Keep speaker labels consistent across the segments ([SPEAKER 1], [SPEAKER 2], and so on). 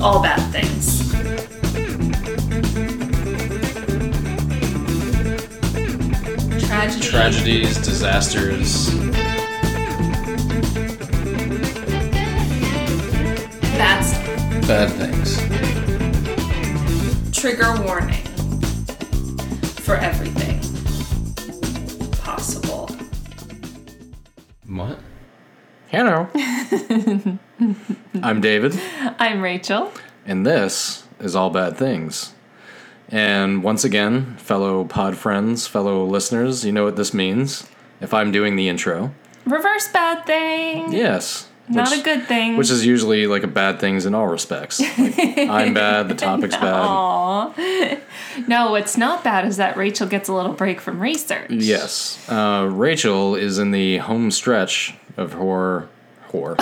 [SPEAKER 1] all bad things. Tragedy.
[SPEAKER 2] Tragedies, disasters,
[SPEAKER 1] That's
[SPEAKER 2] bad things.
[SPEAKER 1] trigger warning for everything possible.
[SPEAKER 2] What?
[SPEAKER 3] Hello. I'm David,
[SPEAKER 4] I'm Rachel.
[SPEAKER 3] and this is All Bad Things. And once again, fellow pod friends, fellow listeners, you know what this means. If I'm doing the intro,
[SPEAKER 4] Reverse bad thing.
[SPEAKER 3] yes.
[SPEAKER 4] Not
[SPEAKER 3] which-
[SPEAKER 4] a good thing.
[SPEAKER 3] Which is usually like a bad things in all respects. Like, I'm bad, the topic's bad.
[SPEAKER 4] Aw. no, what's not bad is that Rachel gets a little break from research.
[SPEAKER 3] Yes. Uh, Rachel is in the home stretch of horror. Whore.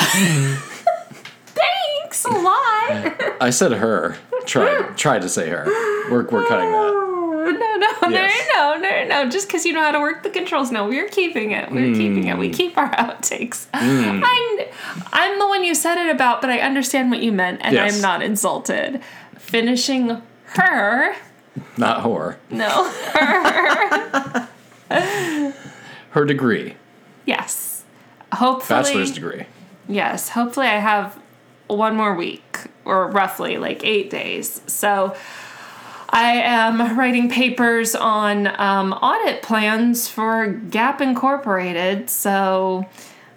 [SPEAKER 4] Thanks a lot.
[SPEAKER 3] I said her. Tried, tried to say her. We're, we're cutting that.
[SPEAKER 4] no, no,
[SPEAKER 3] Yes.
[SPEAKER 4] no, no, no, no. Just because you know how to work the controls. No, we're keeping it. We're keeping it. We
[SPEAKER 3] Hmm.
[SPEAKER 4] keep our outtakes. I'm, I'm the one you said it about, but I understand what you meant, and
[SPEAKER 3] Yes.
[SPEAKER 4] I'm not insulted. Finishing her.
[SPEAKER 3] Not horror.
[SPEAKER 4] No, her.
[SPEAKER 3] Her degree.
[SPEAKER 4] yes. Hopefully.
[SPEAKER 3] Bachelor's degree.
[SPEAKER 4] Yes, hopefully I have one more week or roughly like eight days. So I am writing papers on um, audit plans for Gap Incorporated. So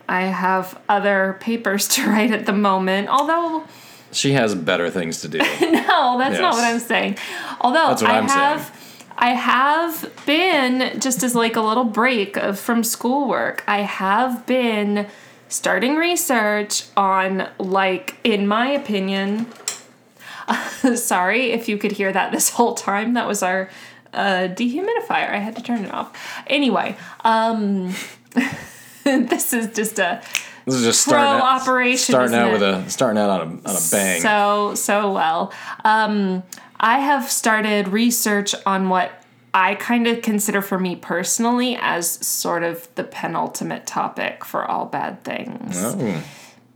[SPEAKER 4] I have other papers to write at the moment. Although,
[SPEAKER 3] She has better things to do.
[SPEAKER 4] no, that's not
[SPEAKER 3] Yes.
[SPEAKER 4] what I'm saying. Although
[SPEAKER 3] That's what
[SPEAKER 4] I
[SPEAKER 3] I'm saying.
[SPEAKER 4] have. I have been just as like a little break of, from schoolwork. I have been starting research on like in my opinion. sorry if you could hear that this whole time. That was our uh, dehumidifier. I had to turn it off. Anyway, um, this is just a
[SPEAKER 3] This is just starting out,
[SPEAKER 4] operation,
[SPEAKER 3] starting out with
[SPEAKER 4] isn't
[SPEAKER 3] a starting out on a, on a bang.
[SPEAKER 4] so so well. Um, I have started research on what I kind of consider for me personally as sort of the penultimate topic for all bad things.
[SPEAKER 3] Oh,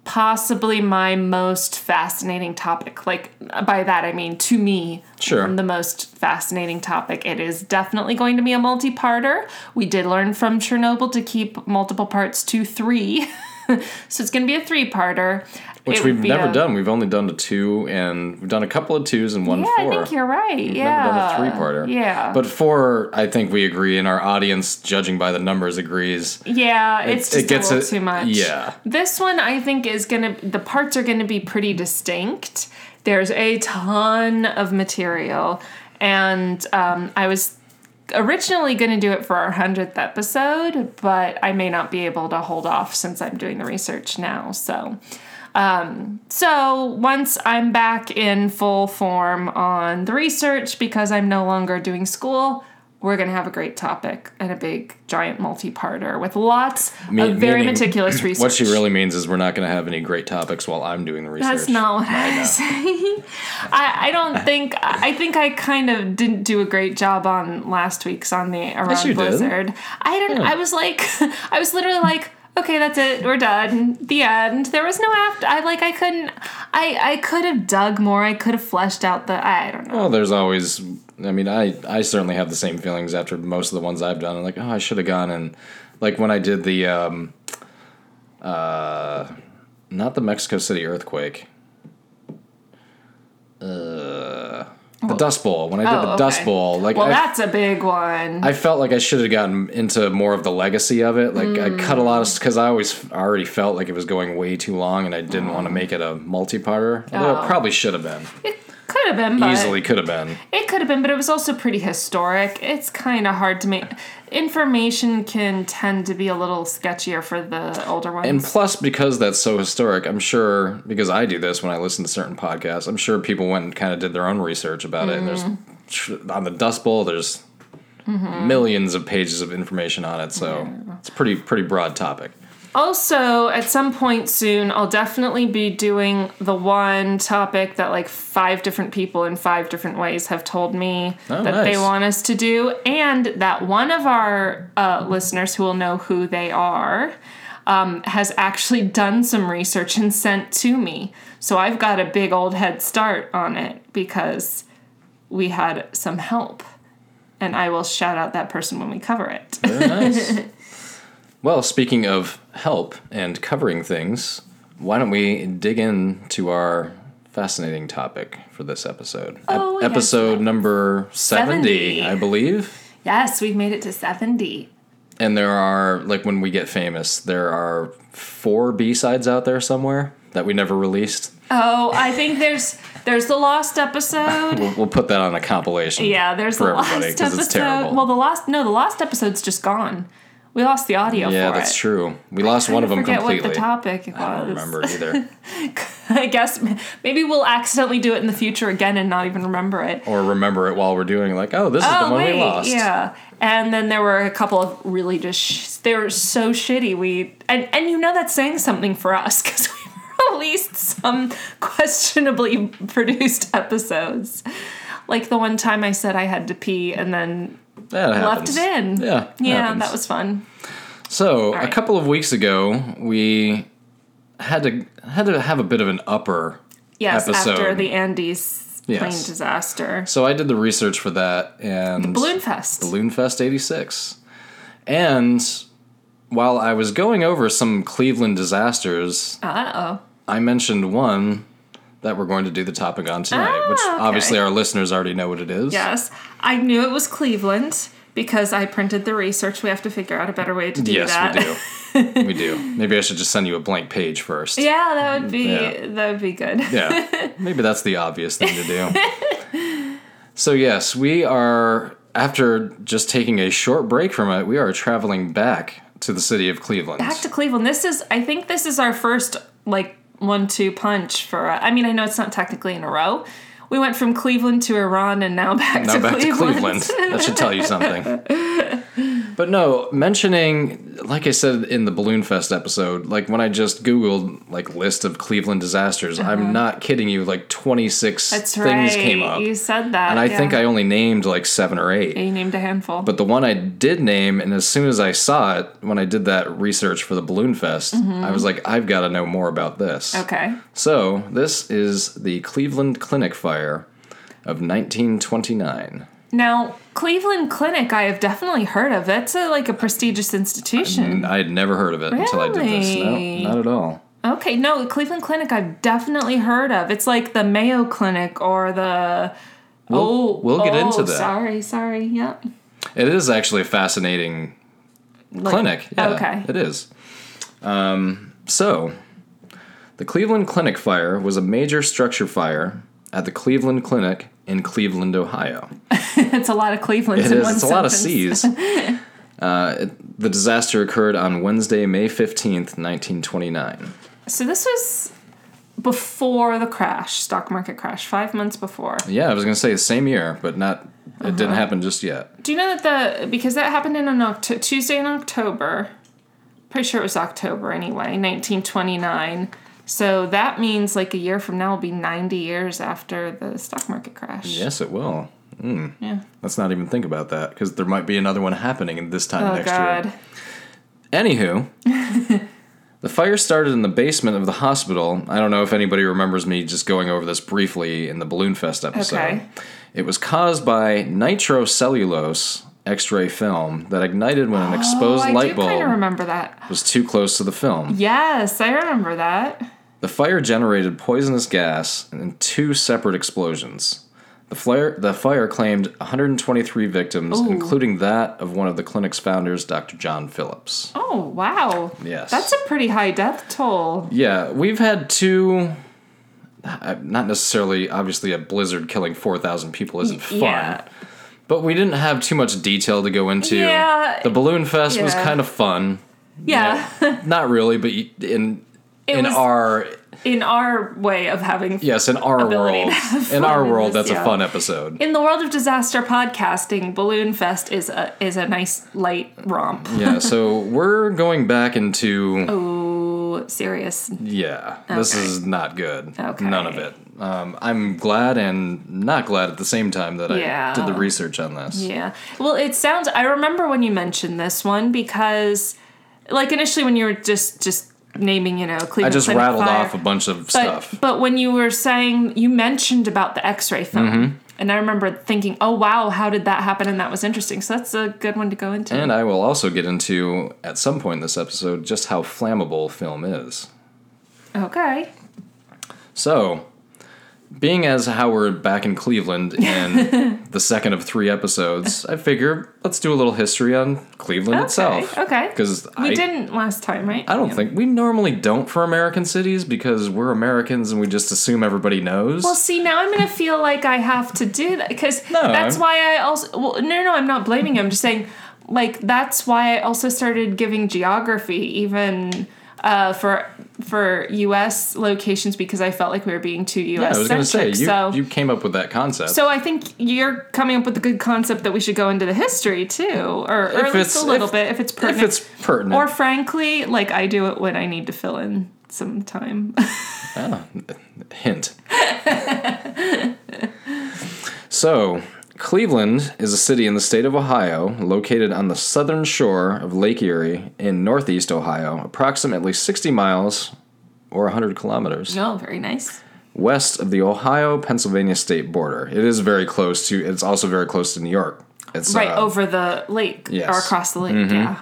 [SPEAKER 4] Possibly my most fascinating topic. Like by that I mean to me
[SPEAKER 3] Sure.
[SPEAKER 4] the most fascinating topic. It is definitely going to be a multi-parter. We did learn from Chernobyl to keep multiple parts to 3. so it's going to be a three-parter.
[SPEAKER 3] Which
[SPEAKER 4] It
[SPEAKER 3] we've
[SPEAKER 4] would be
[SPEAKER 3] never
[SPEAKER 4] a-
[SPEAKER 3] done. We've only done a two, and we've done a couple of twos and one
[SPEAKER 4] yeah,
[SPEAKER 3] four.
[SPEAKER 4] I think you're right.
[SPEAKER 3] Never
[SPEAKER 4] yeah.
[SPEAKER 3] done a three-parter.
[SPEAKER 4] Yeah.
[SPEAKER 3] But four, I think we agree, and our audience, judging by the numbers, agrees.
[SPEAKER 4] yeah, it's just
[SPEAKER 3] it gets
[SPEAKER 4] a little
[SPEAKER 3] a-
[SPEAKER 4] too much.
[SPEAKER 3] yeah.
[SPEAKER 4] This one I think is gonna the parts are gonna be pretty distinct. There's a ton of material. And um, I was originally going to do it for our 100th episode, but I may not be able to hold off since I'm doing the research now. So, um, so once I'm back in full form on the research because I'm no longer doing school, we're going to have a great topic and a big giant multi-parter with lots
[SPEAKER 3] Me-
[SPEAKER 4] of very
[SPEAKER 3] meaning-
[SPEAKER 4] meticulous research.
[SPEAKER 3] What she really means is we're not going to have any great topics while I'm doing the research.
[SPEAKER 4] That's not what I,
[SPEAKER 3] know.
[SPEAKER 4] was saying. I, I don't think I I think I kind of didn't do a great job on last week's on the Around
[SPEAKER 3] you did.
[SPEAKER 4] Blizzard. I don't I was like I was literally like, okay, that's it, we're done. The end. There was no after I like I couldn't I I could have dug more, I could have fleshed out the I don't know.
[SPEAKER 3] Well, there's always. I mean, I I certainly have the same feelings after most of the ones I've done. I'm like, oh, I should have gone and like when I did the um, uh, not the Mexico City earthquake. Uh, the Dust Bowl. When I did
[SPEAKER 4] Oh,
[SPEAKER 3] the Dust
[SPEAKER 4] okay.
[SPEAKER 3] Bowl, like
[SPEAKER 4] Well
[SPEAKER 3] I,
[SPEAKER 4] that's a big one.
[SPEAKER 3] I felt like I should have gotten into more of the legacy of it. Like I cut a lot
[SPEAKER 4] Mm.
[SPEAKER 3] of because I always I already felt like it was going way too long, and I didn't want to make it a multi-parter. Although it
[SPEAKER 4] Oh.
[SPEAKER 3] probably should have been.
[SPEAKER 4] it could have been but
[SPEAKER 3] Easily could have been.
[SPEAKER 4] It could have been, but it was also pretty historic. It's kind of hard to make. Information can tend to be a little sketchier for the older ones.
[SPEAKER 3] And plus, because that's so historic, I'm sure because I do this when I listen to certain podcasts, I'm sure people went and kind of did their own research about it. And there's on the Dust Bowl, there's millions of pages of information on it, so it's a pretty pretty broad topic.
[SPEAKER 4] also, at some point soon, I'll definitely be doing the one topic that like five different people in five different ways have told me
[SPEAKER 3] Oh,
[SPEAKER 4] that they
[SPEAKER 3] nice.
[SPEAKER 4] want us to do, and that one of our uh, listeners who will know who they are. um, has actually done some research and sent to me. So I've got a big old head start on it because we had some help. And I will shout out that person when we cover it.
[SPEAKER 3] Very nice. well, speaking of help and covering things, why don't we dig into our fascinating topic for this episode? Ep-
[SPEAKER 4] Oh, yes.
[SPEAKER 3] episode number 70,
[SPEAKER 4] 70.
[SPEAKER 3] I believe.
[SPEAKER 4] yes, we've made it to 70.
[SPEAKER 3] And there are, like, when we get famous, there are four B sides out there somewhere that we never released.
[SPEAKER 4] Oh, I think there's there's the lost episode.
[SPEAKER 3] We'll, we'll put that on a compilation.
[SPEAKER 4] Yeah, there's
[SPEAKER 3] for
[SPEAKER 4] the
[SPEAKER 3] everybody,
[SPEAKER 4] lost
[SPEAKER 3] 'cause
[SPEAKER 4] episode.
[SPEAKER 3] it's terrible.
[SPEAKER 4] Well, the lost no, the lost episode's just gone. We lost the audio.
[SPEAKER 3] yeah,
[SPEAKER 4] for
[SPEAKER 3] that's
[SPEAKER 4] it.
[SPEAKER 3] true. We lost one of them
[SPEAKER 4] forget
[SPEAKER 3] completely.
[SPEAKER 4] what the topic was.
[SPEAKER 3] I don't remember either.
[SPEAKER 4] I guess m- maybe we'll accidentally do it in the future again and not even remember it.
[SPEAKER 3] or remember it while we're doing, like, oh, this is the
[SPEAKER 4] oh
[SPEAKER 3] one
[SPEAKER 4] wait,
[SPEAKER 3] we lost.
[SPEAKER 4] yeah. And then there were a couple of really just sh- they were so shitty. We and and you know that's saying something for us because we released some questionably produced episodes. Like the one time I said I had to pee and then
[SPEAKER 3] That
[SPEAKER 4] left
[SPEAKER 3] happens.
[SPEAKER 4] it in.
[SPEAKER 3] Yeah. it
[SPEAKER 4] Yeah,
[SPEAKER 3] happens.
[SPEAKER 4] that was fun.
[SPEAKER 3] So
[SPEAKER 4] right.
[SPEAKER 3] a couple of weeks ago, we had to had to have a bit of an upper.
[SPEAKER 4] Yes, after
[SPEAKER 3] episode.
[SPEAKER 4] the Andes plane
[SPEAKER 3] Yes.
[SPEAKER 4] disaster.
[SPEAKER 3] So I did the research for that and
[SPEAKER 4] Balloon Fest.
[SPEAKER 3] Balloon Fest '86, and while I was going over some Cleveland disasters,
[SPEAKER 4] Uh oh.
[SPEAKER 3] I mentioned one that we're going to do the topic on tonight, which
[SPEAKER 4] Ah, okay.
[SPEAKER 3] obviously our listeners already know what it is.
[SPEAKER 4] Yes. I knew it was Cleveland because I printed the research. We have to figure out a better way to do
[SPEAKER 3] Yes,
[SPEAKER 4] that.
[SPEAKER 3] we do. we do. Maybe I should just send you a blank page first.
[SPEAKER 4] yeah, that would be
[SPEAKER 3] Yeah.
[SPEAKER 4] that would be good.
[SPEAKER 3] yeah, maybe that's the obvious thing to do. so, yes, we are, after just taking a short break from it, we are traveling back to the city of Cleveland.
[SPEAKER 4] Back to Cleveland. This is I think this is our first like one two punch for uh, I mean, I know it's not technically in a row. We went from Cleveland to Iran and now back,
[SPEAKER 3] now
[SPEAKER 4] to,
[SPEAKER 3] back
[SPEAKER 4] Cleveland.
[SPEAKER 3] to Cleveland. That should tell you something. But no, mentioning, like I said in the Balloon Fest episode, like when I just Googled, like, list of Cleveland disasters, I'm not kidding you, like 26
[SPEAKER 4] Uh-huh. That's
[SPEAKER 3] things
[SPEAKER 4] right.
[SPEAKER 3] came up.
[SPEAKER 4] You said that.
[SPEAKER 3] and I think I
[SPEAKER 4] yeah.
[SPEAKER 3] only named like seven or eight.
[SPEAKER 4] you named a handful.
[SPEAKER 3] But the one I did name, and as soon as I saw it, when I did that research for the Balloon Fest, I was like, I've got to know more about this.
[SPEAKER 4] Mm-hmm. okay.
[SPEAKER 3] So, this is the Cleveland Clinic Fire of 1929.
[SPEAKER 4] Now, Cleveland Clinic, I have definitely heard of. That's a, like a prestigious institution.
[SPEAKER 3] And I had never heard of it until I did this.
[SPEAKER 4] Really?
[SPEAKER 3] No, not at all.
[SPEAKER 4] Okay, no, Cleveland Clinic, I've definitely heard of. It's like the Mayo Clinic or the. oh,
[SPEAKER 3] we'll get
[SPEAKER 4] oh,
[SPEAKER 3] into that.
[SPEAKER 4] Sorry, sorry. Yep.
[SPEAKER 3] It is actually a fascinating
[SPEAKER 4] Like-
[SPEAKER 3] clinic. Yeah,
[SPEAKER 4] okay.
[SPEAKER 3] It is. Um, so, the Cleveland Clinic Fire was a major structure fire at the Cleveland Clinic in Cleveland, Ohio.
[SPEAKER 4] it's a lot of Clevelands
[SPEAKER 3] It
[SPEAKER 4] in
[SPEAKER 3] is.
[SPEAKER 4] one
[SPEAKER 3] It's a lot of
[SPEAKER 4] sentence.
[SPEAKER 3] C's. Uh, it, the disaster occurred on Wednesday, May 15th, 1929.
[SPEAKER 4] So this was before the crash, stock market crash, five months before.
[SPEAKER 3] Yeah, I was going to say the same year, but not. It didn't
[SPEAKER 4] Uh-huh.
[SPEAKER 3] happen just yet.
[SPEAKER 4] Do you know that the because that happened in an Oct- Tuesday in October? Pretty sure it was October anyway, 1929. So that means like a year from now will be 90 years after the stock market crash.
[SPEAKER 3] Yes, it will. Hmm.
[SPEAKER 4] Yeah.
[SPEAKER 3] Let's not even think about that because there might be another one happening in this time
[SPEAKER 4] Oh
[SPEAKER 3] next
[SPEAKER 4] God.
[SPEAKER 3] year. Anywho, the fire started in the basement of the hospital. I don't know if anybody remembers me just going over this briefly in the Balloon Fest episode.
[SPEAKER 4] Okay.
[SPEAKER 3] It was caused by nitrocellulose X-ray film that ignited when an exposed
[SPEAKER 4] oh, I
[SPEAKER 3] light
[SPEAKER 4] do kind of
[SPEAKER 3] bulb
[SPEAKER 4] remember that.
[SPEAKER 3] was too close to the film.
[SPEAKER 4] Yes, I remember that.
[SPEAKER 3] The fire generated poisonous gas in two separate explosions. The fire, the fire claimed 123 victims,
[SPEAKER 4] Ooh.
[SPEAKER 3] including that of one of the clinic's founders, Dr. John Phillips.
[SPEAKER 4] Oh wow.
[SPEAKER 3] Yes.
[SPEAKER 4] That's a pretty high death toll.
[SPEAKER 3] Yeah, we've had two. uh, Not necessarily, obviously, a blizzard killing four thousand people isn't fun,
[SPEAKER 4] yeah.
[SPEAKER 3] but we didn't have too much detail to go into.
[SPEAKER 4] Yeah.
[SPEAKER 3] the balloon fest was
[SPEAKER 4] Yeah.
[SPEAKER 3] kind of fun,
[SPEAKER 4] Yeah.
[SPEAKER 3] not really, but y- in
[SPEAKER 4] It
[SPEAKER 3] in
[SPEAKER 4] was
[SPEAKER 3] our
[SPEAKER 4] in our way of having
[SPEAKER 3] yes, in our
[SPEAKER 4] Ability to
[SPEAKER 3] world,
[SPEAKER 4] have
[SPEAKER 3] in
[SPEAKER 4] fun
[SPEAKER 3] our
[SPEAKER 4] in
[SPEAKER 3] world,
[SPEAKER 4] this,
[SPEAKER 3] that's
[SPEAKER 4] yeah.
[SPEAKER 3] a fun episode.
[SPEAKER 4] in the world of disaster podcasting, Balloon Fest is a is a nice light romp.
[SPEAKER 3] yeah, so we're going back into
[SPEAKER 4] Oh, serious.
[SPEAKER 3] yeah. This
[SPEAKER 4] Okay.
[SPEAKER 3] is not good.
[SPEAKER 4] Okay.
[SPEAKER 3] None of it. Um, I'm glad and not glad at the same time that
[SPEAKER 4] Yeah.
[SPEAKER 3] I did the research on this.
[SPEAKER 4] Yeah. Well, it sounds I remember when you mentioned this one because like initially when you were just just naming, you know, Cleveland.
[SPEAKER 3] I just
[SPEAKER 4] Clinic
[SPEAKER 3] rattled
[SPEAKER 4] fire,
[SPEAKER 3] off a bunch of
[SPEAKER 4] but,
[SPEAKER 3] stuff.
[SPEAKER 4] But when you were saying you mentioned about the X-ray film.
[SPEAKER 3] Mm-hmm.
[SPEAKER 4] And I remember thinking, "Oh wow, how did that happen?" And that was interesting. So that's a good one to go into.
[SPEAKER 3] And I will also get into at some point in this episode just how flammable film is.
[SPEAKER 4] okay.
[SPEAKER 3] So, being as how we're back in Cleveland in the second of three episodes, I figure let's do a little history on Cleveland
[SPEAKER 4] Okay,
[SPEAKER 3] itself.
[SPEAKER 4] okay.
[SPEAKER 3] Because
[SPEAKER 4] We
[SPEAKER 3] I,
[SPEAKER 4] didn't last time, right?
[SPEAKER 3] I don't think we normally don't for American cities because we're Americans and we just assume everybody knows.
[SPEAKER 4] Well, see, now I'm going to feel like I have to do that because
[SPEAKER 3] No,
[SPEAKER 4] that's
[SPEAKER 3] I'm-
[SPEAKER 4] why I also. Well, no, no, no, I'm not blaming him. I'm just saying, like, that's why I also started giving geography, even uh, for for U.S. locations, because I felt like we were being too
[SPEAKER 3] yeah,
[SPEAKER 4] U.S.
[SPEAKER 3] I was going to say
[SPEAKER 4] centric.
[SPEAKER 3] you
[SPEAKER 4] so,
[SPEAKER 3] you came up with that concept.
[SPEAKER 4] so I think you're coming up with a good concept that we should go into the history too, or, or
[SPEAKER 3] If
[SPEAKER 4] at least
[SPEAKER 3] it's-
[SPEAKER 4] a little
[SPEAKER 3] if-
[SPEAKER 4] bit if it's
[SPEAKER 3] if
[SPEAKER 4] pertinent.
[SPEAKER 3] it's pertinent,
[SPEAKER 4] or frankly, like I do it when I need to fill in some time.
[SPEAKER 3] Hint. so, Cleveland is a city in the state of Ohio, located on the southern shore of Lake Erie in northeast Ohio, approximately 60 miles or 100 kilometers
[SPEAKER 4] oh, very nice.
[SPEAKER 3] west of the Ohio Pennsylvania state border. It is very close to, it's also very close to New York. It's
[SPEAKER 4] right oh.
[SPEAKER 3] uh,
[SPEAKER 4] over the lake
[SPEAKER 3] yes. Mm-hmm.
[SPEAKER 4] or across the lake. Yeah.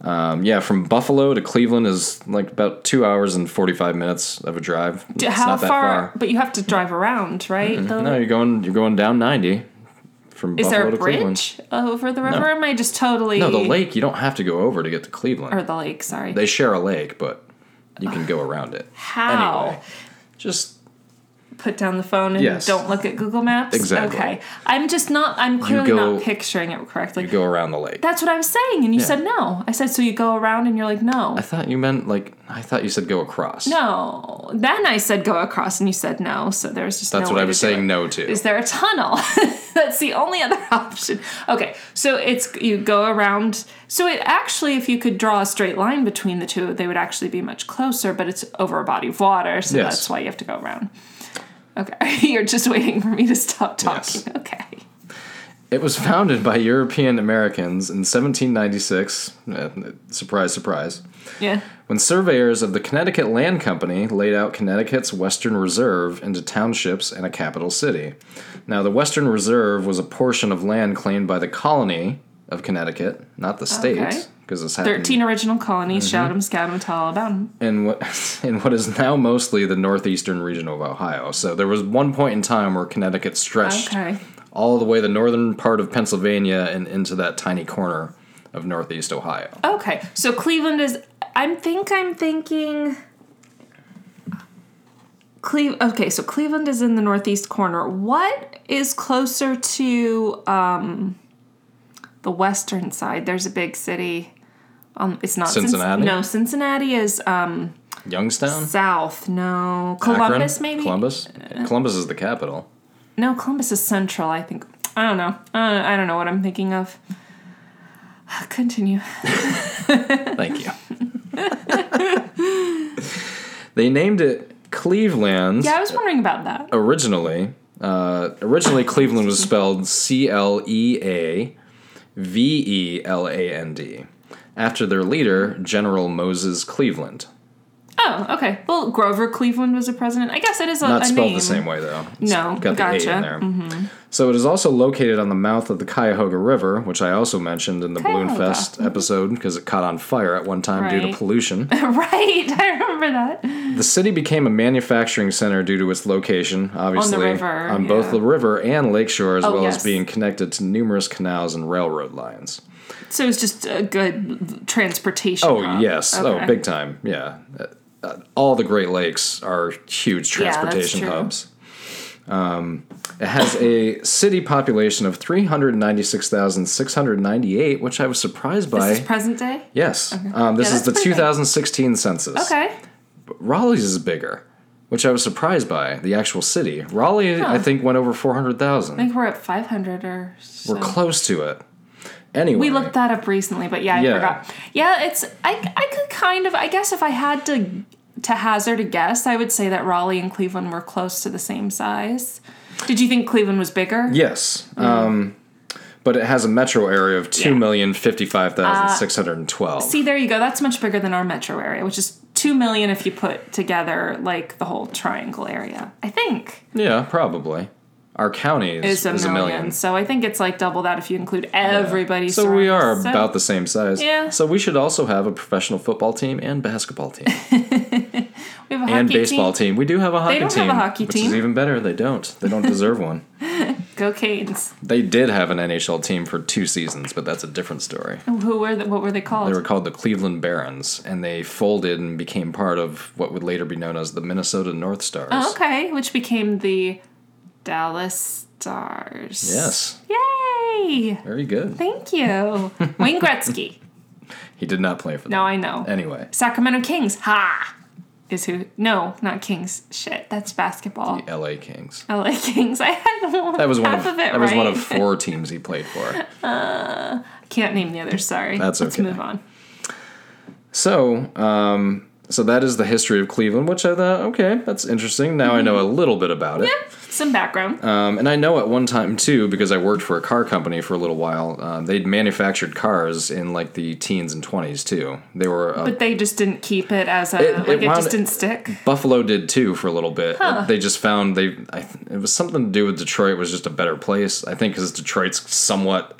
[SPEAKER 3] um, yeah, from Buffalo to Cleveland is like about two hours and 45 minutes of a drive.
[SPEAKER 4] D-
[SPEAKER 3] it's
[SPEAKER 4] How
[SPEAKER 3] not that far. Mm-hmm.
[SPEAKER 4] But you have to drive around, right? The-
[SPEAKER 3] No, you're going. You're going down ninety from
[SPEAKER 4] is
[SPEAKER 3] Buffalo
[SPEAKER 4] there a
[SPEAKER 3] to Cleveland.
[SPEAKER 4] bridge over the river? Or am I just totally
[SPEAKER 3] No, the lake. You don't have to go over to get to Cleveland.
[SPEAKER 4] or the lake? Sorry.
[SPEAKER 3] they share a lake, but you can go around it.
[SPEAKER 4] How?
[SPEAKER 3] Anyway, just
[SPEAKER 4] Put down the phone and
[SPEAKER 3] Yes.
[SPEAKER 4] don't look at Google Maps.
[SPEAKER 3] Exactly.
[SPEAKER 4] Okay. I'm just not. I'm clearly
[SPEAKER 3] go-
[SPEAKER 4] not picturing it correctly.
[SPEAKER 3] you go around the lake.
[SPEAKER 4] That's what I was saying, and you said no. I said so. You go around, and you're like no.
[SPEAKER 3] I thought you meant like I thought you said go across.
[SPEAKER 4] no. Then I said go across, and you said no. So there's just
[SPEAKER 3] that's
[SPEAKER 4] no
[SPEAKER 3] what
[SPEAKER 4] way
[SPEAKER 3] I
[SPEAKER 4] to
[SPEAKER 3] was
[SPEAKER 4] do
[SPEAKER 3] saying
[SPEAKER 4] it.
[SPEAKER 3] no to.
[SPEAKER 4] Is there a tunnel? That's the only other option. Okay, so it's you go around. So it actually, if you could draw a straight line between the two, they would actually be much closer. But it's over a body of water, so
[SPEAKER 3] Yes.
[SPEAKER 4] that's why you have to go around. Okay, you're just waiting for me to stop talking.
[SPEAKER 3] Yes.
[SPEAKER 4] Okay.
[SPEAKER 3] It was founded by European Americans in 1796. Uh, surprise, surprise.
[SPEAKER 4] Yeah.
[SPEAKER 3] When surveyors of the Connecticut Land Company laid out Connecticut's Western Reserve into townships and a capital city. Now, the Western Reserve was a portion of land claimed by the colony of Connecticut, not the
[SPEAKER 4] Okay.
[SPEAKER 3] state, because this happened
[SPEAKER 4] Thirteen original colonies.
[SPEAKER 3] Mm-hmm.
[SPEAKER 4] Shout 'em, scout 'em, tell all about 'em.
[SPEAKER 3] in what in what is now mostly the northeastern region of Ohio. So there was one point in time where Connecticut stretched
[SPEAKER 4] Okay.
[SPEAKER 3] all the way the northern part of Pennsylvania and into that tiny corner of northeast Ohio.
[SPEAKER 4] Okay, so Cleveland is. I'm think I'm thinking. Cleve. Okay, so Cleveland is in the northeast corner. What is closer to um, the western side? There's a big city. Um, it's not Cinc-
[SPEAKER 3] Cincinnati?
[SPEAKER 4] no, Cincinnati is um,
[SPEAKER 3] Youngstown,
[SPEAKER 4] south. No,
[SPEAKER 3] Akron?
[SPEAKER 4] Columbus maybe. Uh,
[SPEAKER 3] Columbus, Columbus is the capital.
[SPEAKER 4] No, Columbus is central. I think. I don't know. Uh, I don't know what I'm thinking of. Continue.
[SPEAKER 3] Thank you. they named it Cleveland
[SPEAKER 4] Yeah, I was wondering about that.
[SPEAKER 3] originally. Uh, originally, Cleveland was spelled C L E A V E L A N D, after their leader, General Moses Cleveland.
[SPEAKER 4] Oh, okay. Well, Grover Cleveland was a president. I guess it is a,
[SPEAKER 3] Not
[SPEAKER 4] a
[SPEAKER 3] spelled
[SPEAKER 4] name.
[SPEAKER 3] the same way, though. It's
[SPEAKER 4] No,
[SPEAKER 3] got the A
[SPEAKER 4] gotcha. Mm-hmm.
[SPEAKER 3] in there. So it is also located on the mouth of the Cuyahoga River, which I also mentioned in the Balloon
[SPEAKER 4] Cuyahoga.
[SPEAKER 3] Fest episode because it caught on fire at one time due
[SPEAKER 4] Right.
[SPEAKER 3] to pollution.
[SPEAKER 4] right, I remember that.
[SPEAKER 3] The city became a manufacturing center due to its location, obviously,
[SPEAKER 4] river,
[SPEAKER 3] on both
[SPEAKER 4] yeah.
[SPEAKER 3] the river and lakeshore, as
[SPEAKER 4] Oh,
[SPEAKER 3] well
[SPEAKER 4] yes.
[SPEAKER 3] as being connected to numerous canals and railroad lines.
[SPEAKER 4] So it's just a good transportation.
[SPEAKER 3] Oh,
[SPEAKER 4] hub.
[SPEAKER 3] yes.
[SPEAKER 4] Okay.
[SPEAKER 3] Oh, big time. Yeah. Uh, uh, all the Great Lakes are huge
[SPEAKER 4] that's
[SPEAKER 3] transportation
[SPEAKER 4] true.
[SPEAKER 3] hubs. Um, it has a city population of 396,698, which I was surprised by.
[SPEAKER 4] This is present day.
[SPEAKER 3] yes. Um, this
[SPEAKER 4] Yeah,
[SPEAKER 3] is
[SPEAKER 4] that's
[SPEAKER 3] the
[SPEAKER 4] pretty big.
[SPEAKER 3] 2016 census.
[SPEAKER 4] Okay.
[SPEAKER 3] Raleigh's is bigger, which I was surprised by. The actual city, Raleigh, I think went over four hundred
[SPEAKER 4] I
[SPEAKER 3] thousand.
[SPEAKER 4] think we're at 500 or so.
[SPEAKER 3] We're close to it. Anyway,
[SPEAKER 4] we looked that up recently, but yeah, I
[SPEAKER 3] Yeah.
[SPEAKER 4] forgot. Yeah, it's I I could kind of I guess if I had to to hazard a guess, I would say that Raleigh and Cleveland were close to the same size. Did you think Cleveland was bigger?
[SPEAKER 3] Yes, um, but it has a metro area of
[SPEAKER 4] Yeah. Uh,
[SPEAKER 3] two million fifty-five thousand six hundred and twelve.
[SPEAKER 4] See, there you go. That's much bigger than our metro area, which is 2 million if you put together like the whole triangle area. I think
[SPEAKER 3] yeah, probably. Our county is,
[SPEAKER 4] is a, million, So I think it's like double that if you include everybody.
[SPEAKER 3] So we are
[SPEAKER 4] surrounding- so-
[SPEAKER 3] about the same size.
[SPEAKER 4] Yeah.
[SPEAKER 3] So we should also have a professional football team and basketball team
[SPEAKER 4] we have a
[SPEAKER 3] and
[SPEAKER 4] hockey
[SPEAKER 3] baseball
[SPEAKER 4] team.
[SPEAKER 3] team. We do have a hockey
[SPEAKER 4] don't
[SPEAKER 3] team.
[SPEAKER 4] have a hockey
[SPEAKER 3] which is
[SPEAKER 4] team.
[SPEAKER 3] even better. They don't. They don't deserve one.
[SPEAKER 4] Go Canes.
[SPEAKER 3] They did have an NHL team for two seasons, but that's a different story.
[SPEAKER 4] Who were the, what were they called?
[SPEAKER 3] They were called the Cleveland Barons, and they folded and became part of what would later be known as the Minnesota North Stars.
[SPEAKER 4] okay, which became the Dallas Stars.
[SPEAKER 3] Yes,
[SPEAKER 4] Yay!
[SPEAKER 3] very good.
[SPEAKER 4] Thank you. Wayne Gretzky.
[SPEAKER 3] He did not play for them.
[SPEAKER 4] No, I know.
[SPEAKER 3] Anyway,
[SPEAKER 4] Sacramento Kings. Ha! Is who? No, not Kings. Shit, that's basketball.
[SPEAKER 3] the LA Kings.
[SPEAKER 4] LA Kings. I had one,
[SPEAKER 3] That was one
[SPEAKER 4] half of,
[SPEAKER 3] of,
[SPEAKER 4] it
[SPEAKER 3] that
[SPEAKER 4] right.
[SPEAKER 3] was one of four teams he played for.
[SPEAKER 4] Can't name the others. Sorry.
[SPEAKER 3] That's
[SPEAKER 4] Let's
[SPEAKER 3] okay.
[SPEAKER 4] move on.
[SPEAKER 3] So, um, so that is the history of Cleveland, which I thought, okay, that's interesting. Now I know a little bit about it.
[SPEAKER 4] Yeah, Some background.
[SPEAKER 3] Um, and I know at one time too, because I worked for a car company for a little while. Um, they'd manufactured cars in like the teens and twenties too. They were uh,
[SPEAKER 4] but they just didn't keep it as a
[SPEAKER 3] It-
[SPEAKER 4] like
[SPEAKER 3] it
[SPEAKER 4] it,
[SPEAKER 3] wound-
[SPEAKER 4] just didn't stick.
[SPEAKER 3] Buffalo did too for a little bit. They just found they I, th- it was something to do with Detroit was just a better place. I think because Detroit's somewhat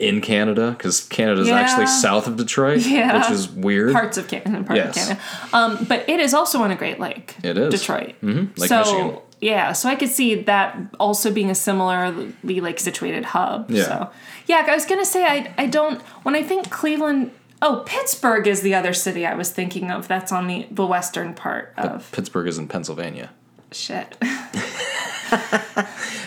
[SPEAKER 3] in Canada because Canada's
[SPEAKER 4] Yeah.
[SPEAKER 3] actually south of Detroit,
[SPEAKER 4] Yeah.
[SPEAKER 3] which is weird.
[SPEAKER 4] Parts of Canada, and part
[SPEAKER 3] Yes.
[SPEAKER 4] of Canada. Um, but it is also on a Great Lake.
[SPEAKER 3] It is.
[SPEAKER 4] Detroit. Mm-hmm.
[SPEAKER 3] Lake
[SPEAKER 4] so
[SPEAKER 3] Michigan.
[SPEAKER 4] yeah, so I could see that also being a similarly like situated hub.
[SPEAKER 3] Yeah.
[SPEAKER 4] So yeah, I was gonna say I I don't when I think Cleveland. Oh, Pittsburgh is the other city I was thinking of. That's on the the western part of
[SPEAKER 3] Pittsburgh is in Pennsylvania.
[SPEAKER 4] shit.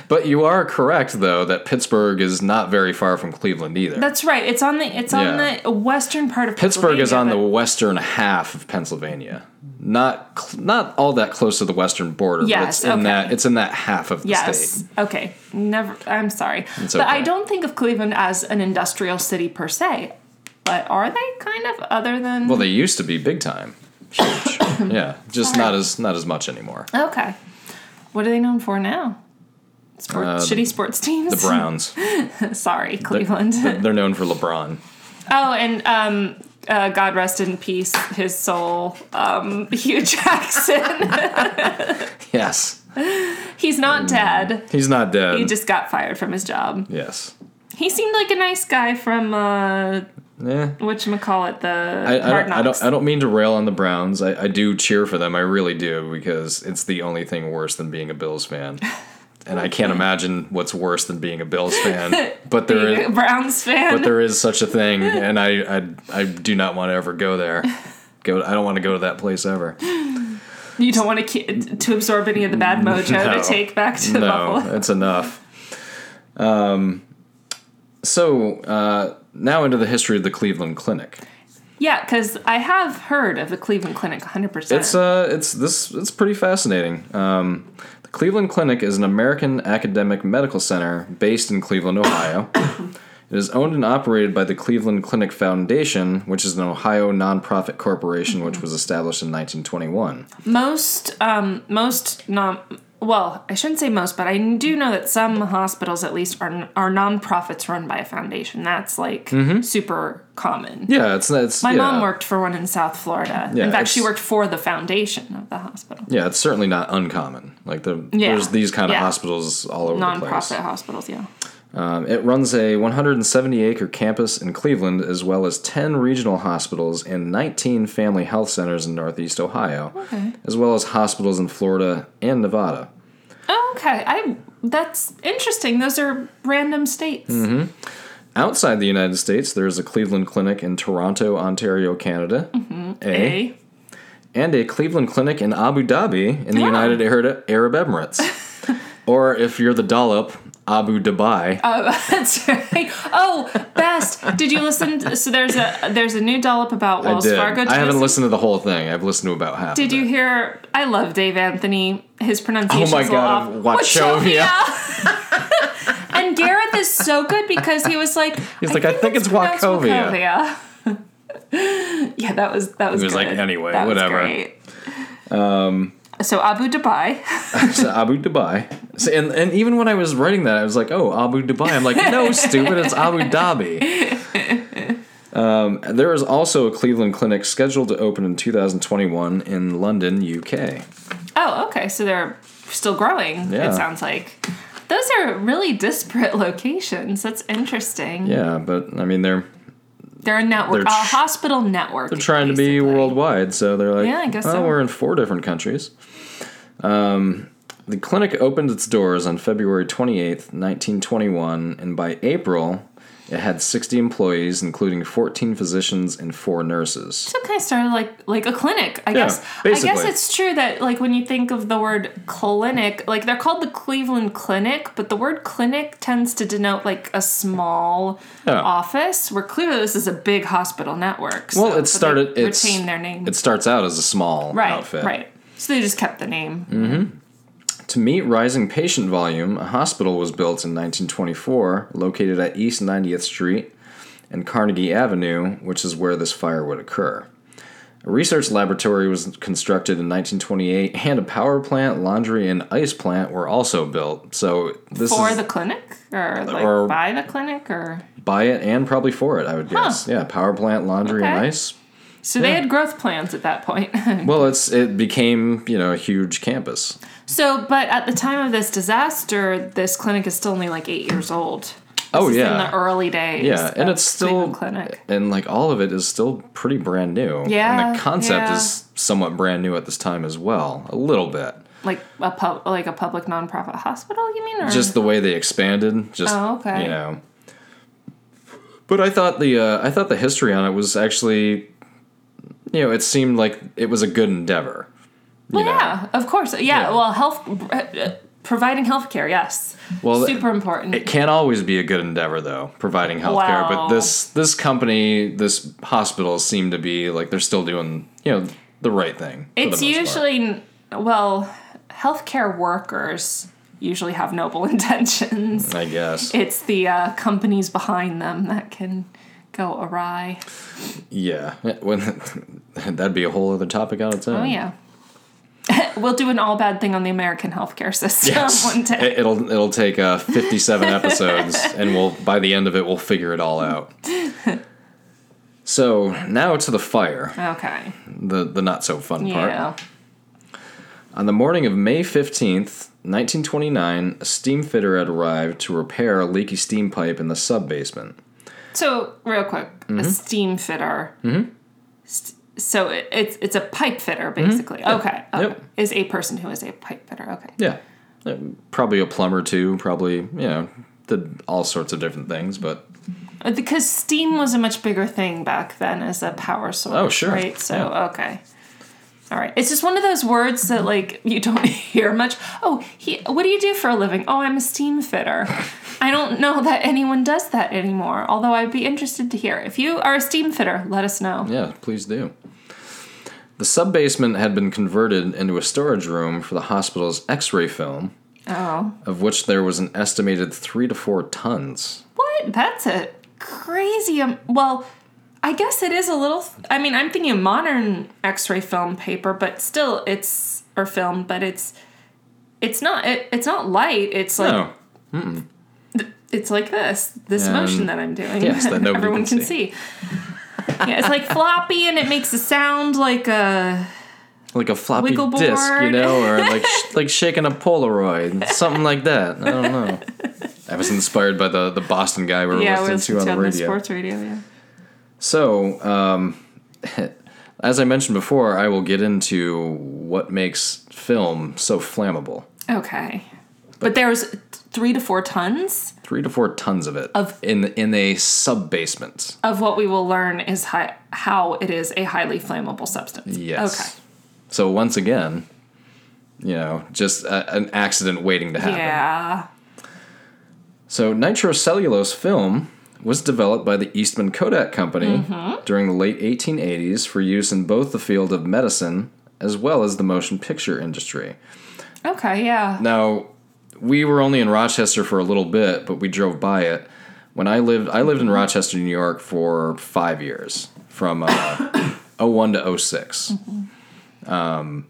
[SPEAKER 3] But you are correct though that Pittsburgh is not very far from Cleveland either.
[SPEAKER 4] That's right. It's on the it's
[SPEAKER 3] Yeah.
[SPEAKER 4] on the western part of
[SPEAKER 3] Pittsburgh is on the
[SPEAKER 4] Pennsylvania,
[SPEAKER 3] western half of Pennsylvania. Not cl- not all that close to the western border, but
[SPEAKER 4] Yes,
[SPEAKER 3] it's in
[SPEAKER 4] okay.
[SPEAKER 3] that it's in that half of the
[SPEAKER 4] Yes.
[SPEAKER 3] state.
[SPEAKER 4] Okay. Never. I'm sorry,
[SPEAKER 3] It's
[SPEAKER 4] but I
[SPEAKER 3] okay.
[SPEAKER 4] don't think of Cleveland as an industrial city per se. But are they kind of other than?
[SPEAKER 3] Well, they used to be big time. Huge. yeah, just not as not as much anymore.
[SPEAKER 4] okay. What are they known for now? Sports, shitty sports teams.
[SPEAKER 3] Uh, The Browns.
[SPEAKER 4] sorry,
[SPEAKER 3] They're-
[SPEAKER 4] Cleveland.
[SPEAKER 3] They're, they're known for LeBron.
[SPEAKER 4] oh, and um, uh, God rest in peace, his soul, um, Hugh Jackson.
[SPEAKER 3] Yes,
[SPEAKER 4] He's
[SPEAKER 3] Mm,
[SPEAKER 4] not dead.
[SPEAKER 3] he's not dead.
[SPEAKER 4] He just got fired from his job.
[SPEAKER 3] yes.
[SPEAKER 4] He seemed like a nice guy from uh,
[SPEAKER 3] Eh,
[SPEAKER 4] what call it the
[SPEAKER 3] I, I,
[SPEAKER 4] Hard
[SPEAKER 3] don't, I
[SPEAKER 4] Knocks.
[SPEAKER 3] don't. I don't mean to rail on the Browns. I, I do cheer for them. I really do because it's the only thing worse than being a Bills fan. And I can't imagine what's worse than being a Bills fan. But there
[SPEAKER 4] Being
[SPEAKER 3] is,
[SPEAKER 4] a Browns fan.
[SPEAKER 3] but there is such a thing, and I, I I do not want to ever go there. Go, I don't want to go to that place ever.
[SPEAKER 4] You don't want to ki- to absorb any of the bad mojo
[SPEAKER 3] No.
[SPEAKER 4] to take back to
[SPEAKER 3] No,
[SPEAKER 4] Buffalo.
[SPEAKER 3] that's enough. Um, so uh, now into the history of the Cleveland Clinic.
[SPEAKER 4] Yeah, because I have heard of the Cleveland Clinic 100%.
[SPEAKER 3] It's uh, it's this it's pretty fascinating. Um, the Cleveland Clinic is an American academic medical center based in Cleveland, Ohio. It is owned and operated by the Cleveland Clinic Foundation, which is an Ohio nonprofit corporation which was established in 1921.
[SPEAKER 4] most, um, most non. Well, I shouldn't say most, but I do know that some hospitals, at least, are are nonprofits run by a foundation. That's like super common.
[SPEAKER 3] Yeah, it's it's
[SPEAKER 4] My
[SPEAKER 3] Mm-hmm. yeah.
[SPEAKER 4] mom worked for one in South Florida.
[SPEAKER 3] Yeah,
[SPEAKER 4] in fact, she
[SPEAKER 3] it's-
[SPEAKER 4] worked for the foundation of the hospital,
[SPEAKER 3] Yeah, it's certainly not uncommon. Like the,
[SPEAKER 4] Yeah.
[SPEAKER 3] there's these kind of
[SPEAKER 4] Yeah.
[SPEAKER 3] hospitals all over the place.
[SPEAKER 4] nonprofit hospitals. Yeah.
[SPEAKER 3] Um, it runs a 170 acre campus in Cleveland, as well as 10 regional hospitals and 19 family health centers in Northeast Ohio, as well as hospitals in Florida and Nevada.
[SPEAKER 4] Oh, okay. I that's interesting. Those are random states.
[SPEAKER 3] Mm-hmm. Outside the United States, there is a Cleveland Clinic in Toronto, Ontario, Canada, a,
[SPEAKER 4] Eh?
[SPEAKER 3] and a Cleveland Clinic in Abu Dhabi in the
[SPEAKER 4] Oh.
[SPEAKER 3] United Arab Arab Emirates. or if you're the dollop, Abu Dhabi.
[SPEAKER 4] That's right. Oh, best. Did you listen? To, so there's a there's a new dollop about
[SPEAKER 3] I
[SPEAKER 4] Wells
[SPEAKER 3] did.
[SPEAKER 4] Fargo. Did
[SPEAKER 3] I
[SPEAKER 4] you
[SPEAKER 3] haven't
[SPEAKER 4] listen-
[SPEAKER 3] listened to the whole thing. I've listened to about half.
[SPEAKER 4] Did
[SPEAKER 3] of it.
[SPEAKER 4] you hear? I love Dave Anthony. His pronunciation.
[SPEAKER 3] Oh my God, Wachovia.
[SPEAKER 4] and Gareth is so good because he was like,
[SPEAKER 3] He's like, "I think it's
[SPEAKER 4] pronounced
[SPEAKER 3] Wachovia."
[SPEAKER 4] Wachovia. yeah, that was that was.
[SPEAKER 3] He was like,
[SPEAKER 4] good.
[SPEAKER 3] "Anyway, Um,
[SPEAKER 4] That was
[SPEAKER 3] whatever."
[SPEAKER 4] great. So Abu Dhabi.
[SPEAKER 3] So Abu Dhabi. So, and, and even when I was writing that, I was like, oh, Abu Dhabi. I'm like, no, stupid, it's Abu Dhabi. Um, there is also a Cleveland clinic scheduled to open in 2021 in London, UK.
[SPEAKER 4] Oh, okay. So they're still growing.
[SPEAKER 3] Yeah.
[SPEAKER 4] It sounds like those are really disparate locations. That's interesting.
[SPEAKER 3] Yeah, but I mean, they're
[SPEAKER 4] They're a network,
[SPEAKER 3] They're
[SPEAKER 4] a
[SPEAKER 3] tr-
[SPEAKER 4] hospital network.
[SPEAKER 3] They're trying to be worldwide, so they're like,
[SPEAKER 4] Yeah, I guess
[SPEAKER 3] "Oh,
[SPEAKER 4] so."
[SPEAKER 3] we're in four different countries. Um, the clinic opened its doors on February 28th, 1921, and by April, it had 60 employees, including 14 physicians and four nurses.
[SPEAKER 4] So kind of started like like a clinic. I guess I guess
[SPEAKER 3] basically.
[SPEAKER 4] it's true that like when you think of the word clinic, like they're called the Cleveland Clinic, but the word clinic tends to denote like a small
[SPEAKER 3] Yeah.
[SPEAKER 4] office. Where clearly this is a big hospital network. so-
[SPEAKER 3] Well, it
[SPEAKER 4] so they
[SPEAKER 3] started. It's,
[SPEAKER 4] retain their name.
[SPEAKER 3] It starts out as a small
[SPEAKER 4] right,
[SPEAKER 3] outfit.
[SPEAKER 4] right. So they just kept the name.
[SPEAKER 3] To meet rising patient volume, a hospital was built in 1924, located at East 90th Street and Carnegie Avenue, which is where this fire would occur. A research laboratory was constructed in 1928, and a power plant, laundry, and ice plant were also built. So this
[SPEAKER 4] For
[SPEAKER 3] is
[SPEAKER 4] the clinic, or like
[SPEAKER 3] or-
[SPEAKER 4] by the clinic, or
[SPEAKER 3] by it and probably for it, I would guess. Yeah, power plant, laundry, and
[SPEAKER 4] Okay.
[SPEAKER 3] ice.
[SPEAKER 4] so they had growth plans at that point.
[SPEAKER 3] Well, it's it became you know a huge campus.
[SPEAKER 4] so, but at the time of this disaster, this clinic is still only like eight years old.
[SPEAKER 3] Oh
[SPEAKER 4] It's
[SPEAKER 3] yeah,
[SPEAKER 4] in the early days.
[SPEAKER 3] Yeah, and
[SPEAKER 4] of
[SPEAKER 3] it's still
[SPEAKER 4] Cleveland clinic.
[SPEAKER 3] and like all of it is still pretty brand new.
[SPEAKER 4] Yeah,
[SPEAKER 3] and the concept
[SPEAKER 4] yeah.
[SPEAKER 3] is somewhat brand new at this time as well, a little bit.
[SPEAKER 4] like a pub, like a public nonprofit hospital. You mean? Or?
[SPEAKER 3] Just the way they expanded, just
[SPEAKER 4] Oh, okay.
[SPEAKER 3] you know. But I thought the uh, I thought the history on it was actually, you know, it seemed like it was a good endeavor. You
[SPEAKER 4] Well,
[SPEAKER 3] know?
[SPEAKER 4] yeah, of course. Yeah,
[SPEAKER 3] Yeah.
[SPEAKER 4] well, health uh, providing health care. Yes,
[SPEAKER 3] Well,
[SPEAKER 4] super important.
[SPEAKER 3] It can't always be a good endeavor, though, providing healthcare. But
[SPEAKER 4] Wow.
[SPEAKER 3] this this company, this hospital, seemed to be like they're still doing, you know, the right thing. for the
[SPEAKER 4] it's
[SPEAKER 3] most part.
[SPEAKER 4] usually well, healthcare workers usually have noble intentions.
[SPEAKER 3] I guess.
[SPEAKER 4] It's the uh, companies behind them that can go awry.
[SPEAKER 3] Yeah, when that'd be a whole other topic on its own.
[SPEAKER 4] Oh yeah. we'll do an all bad thing on the American healthcare system
[SPEAKER 3] Yes.
[SPEAKER 4] one day.
[SPEAKER 3] It, will it'll take uh, 57 episodes, and we'll by the end of it we'll figure it all out. So now to the fire,
[SPEAKER 4] okay.
[SPEAKER 3] the the not so fun part.
[SPEAKER 4] Yeah.
[SPEAKER 3] On the morning of May 15th, 1929, a steam fitter had arrived to repair a leaky steam pipe in the sub basement.
[SPEAKER 4] So real quick, a
[SPEAKER 3] Mm-hmm.
[SPEAKER 4] steam fitter. Mm-hmm. So it, it's it's a pipe fitter basically. Okay. okay.
[SPEAKER 3] Mm-hmm. Yep.
[SPEAKER 4] Is a person who is a pipe fitter. Okay.
[SPEAKER 3] Yeah, Uh, probably a plumber too. Probably you know did all sorts of different things, but
[SPEAKER 4] Uh, Because steam was a much bigger thing back then as a power source.
[SPEAKER 3] Oh, sure.
[SPEAKER 4] Right. So
[SPEAKER 3] Yeah.
[SPEAKER 4] okay. All right. It's just one of those words that like you don't hear much. Oh, he. What do you do for a living? Oh, I'm a steam fitter. I don't know that anyone does that anymore. Although I'd be interested to hear if you are a steam fitter. Let us know.
[SPEAKER 3] Yeah, please do. The subbasement had been converted into a storage room for the hospital's x ray film,
[SPEAKER 4] Oh.
[SPEAKER 3] of which there was an estimated three to four tons.
[SPEAKER 4] What? That's a crazy. Um, well, I guess it is a little. I mean, I'm thinking of modern X-ray film paper, but still, it's or film, but it's it's not it, it's not light. It's like
[SPEAKER 3] No.
[SPEAKER 4] it's like this this
[SPEAKER 3] Um,
[SPEAKER 4] motion that I'm doing.
[SPEAKER 3] yes, that nobody
[SPEAKER 4] everyone
[SPEAKER 3] can
[SPEAKER 4] can see. yeah, it's like floppy, and it makes a sound like a
[SPEAKER 3] Like a floppy
[SPEAKER 4] Wiggle
[SPEAKER 3] disk, you
[SPEAKER 4] board.
[SPEAKER 3] know, or like sh- like shaking a Polaroid, something like that. I don't know. I was inspired by the, the Boston guy we were
[SPEAKER 4] yeah, we're listening
[SPEAKER 3] listening to
[SPEAKER 4] to
[SPEAKER 3] on the
[SPEAKER 4] on the
[SPEAKER 3] radio.
[SPEAKER 4] sports radio. Yeah.
[SPEAKER 3] So, um, as I mentioned before, I will get into what makes film so flammable.
[SPEAKER 4] Okay, but there was three to four tons.
[SPEAKER 3] three to four tons of it
[SPEAKER 4] Of-
[SPEAKER 3] in in a sub basement.
[SPEAKER 4] of what we will learn is hi- how it is a highly flammable substance.
[SPEAKER 3] Yes.
[SPEAKER 4] Okay.
[SPEAKER 3] So once again, you know, just a, an accident waiting to happen.
[SPEAKER 4] Yeah.
[SPEAKER 3] So nitrocellulose film was developed by the Eastman Kodak Company
[SPEAKER 4] Mm-hmm.
[SPEAKER 3] during the late 1880s for use in both the field of medicine as well as the motion picture industry.
[SPEAKER 4] Okay. Yeah.
[SPEAKER 3] Now, we were only in Rochester for a little bit, but we drove by it. When I lived, I lived in Rochester, New York for five oh years, from uh, 01 to 6 Um,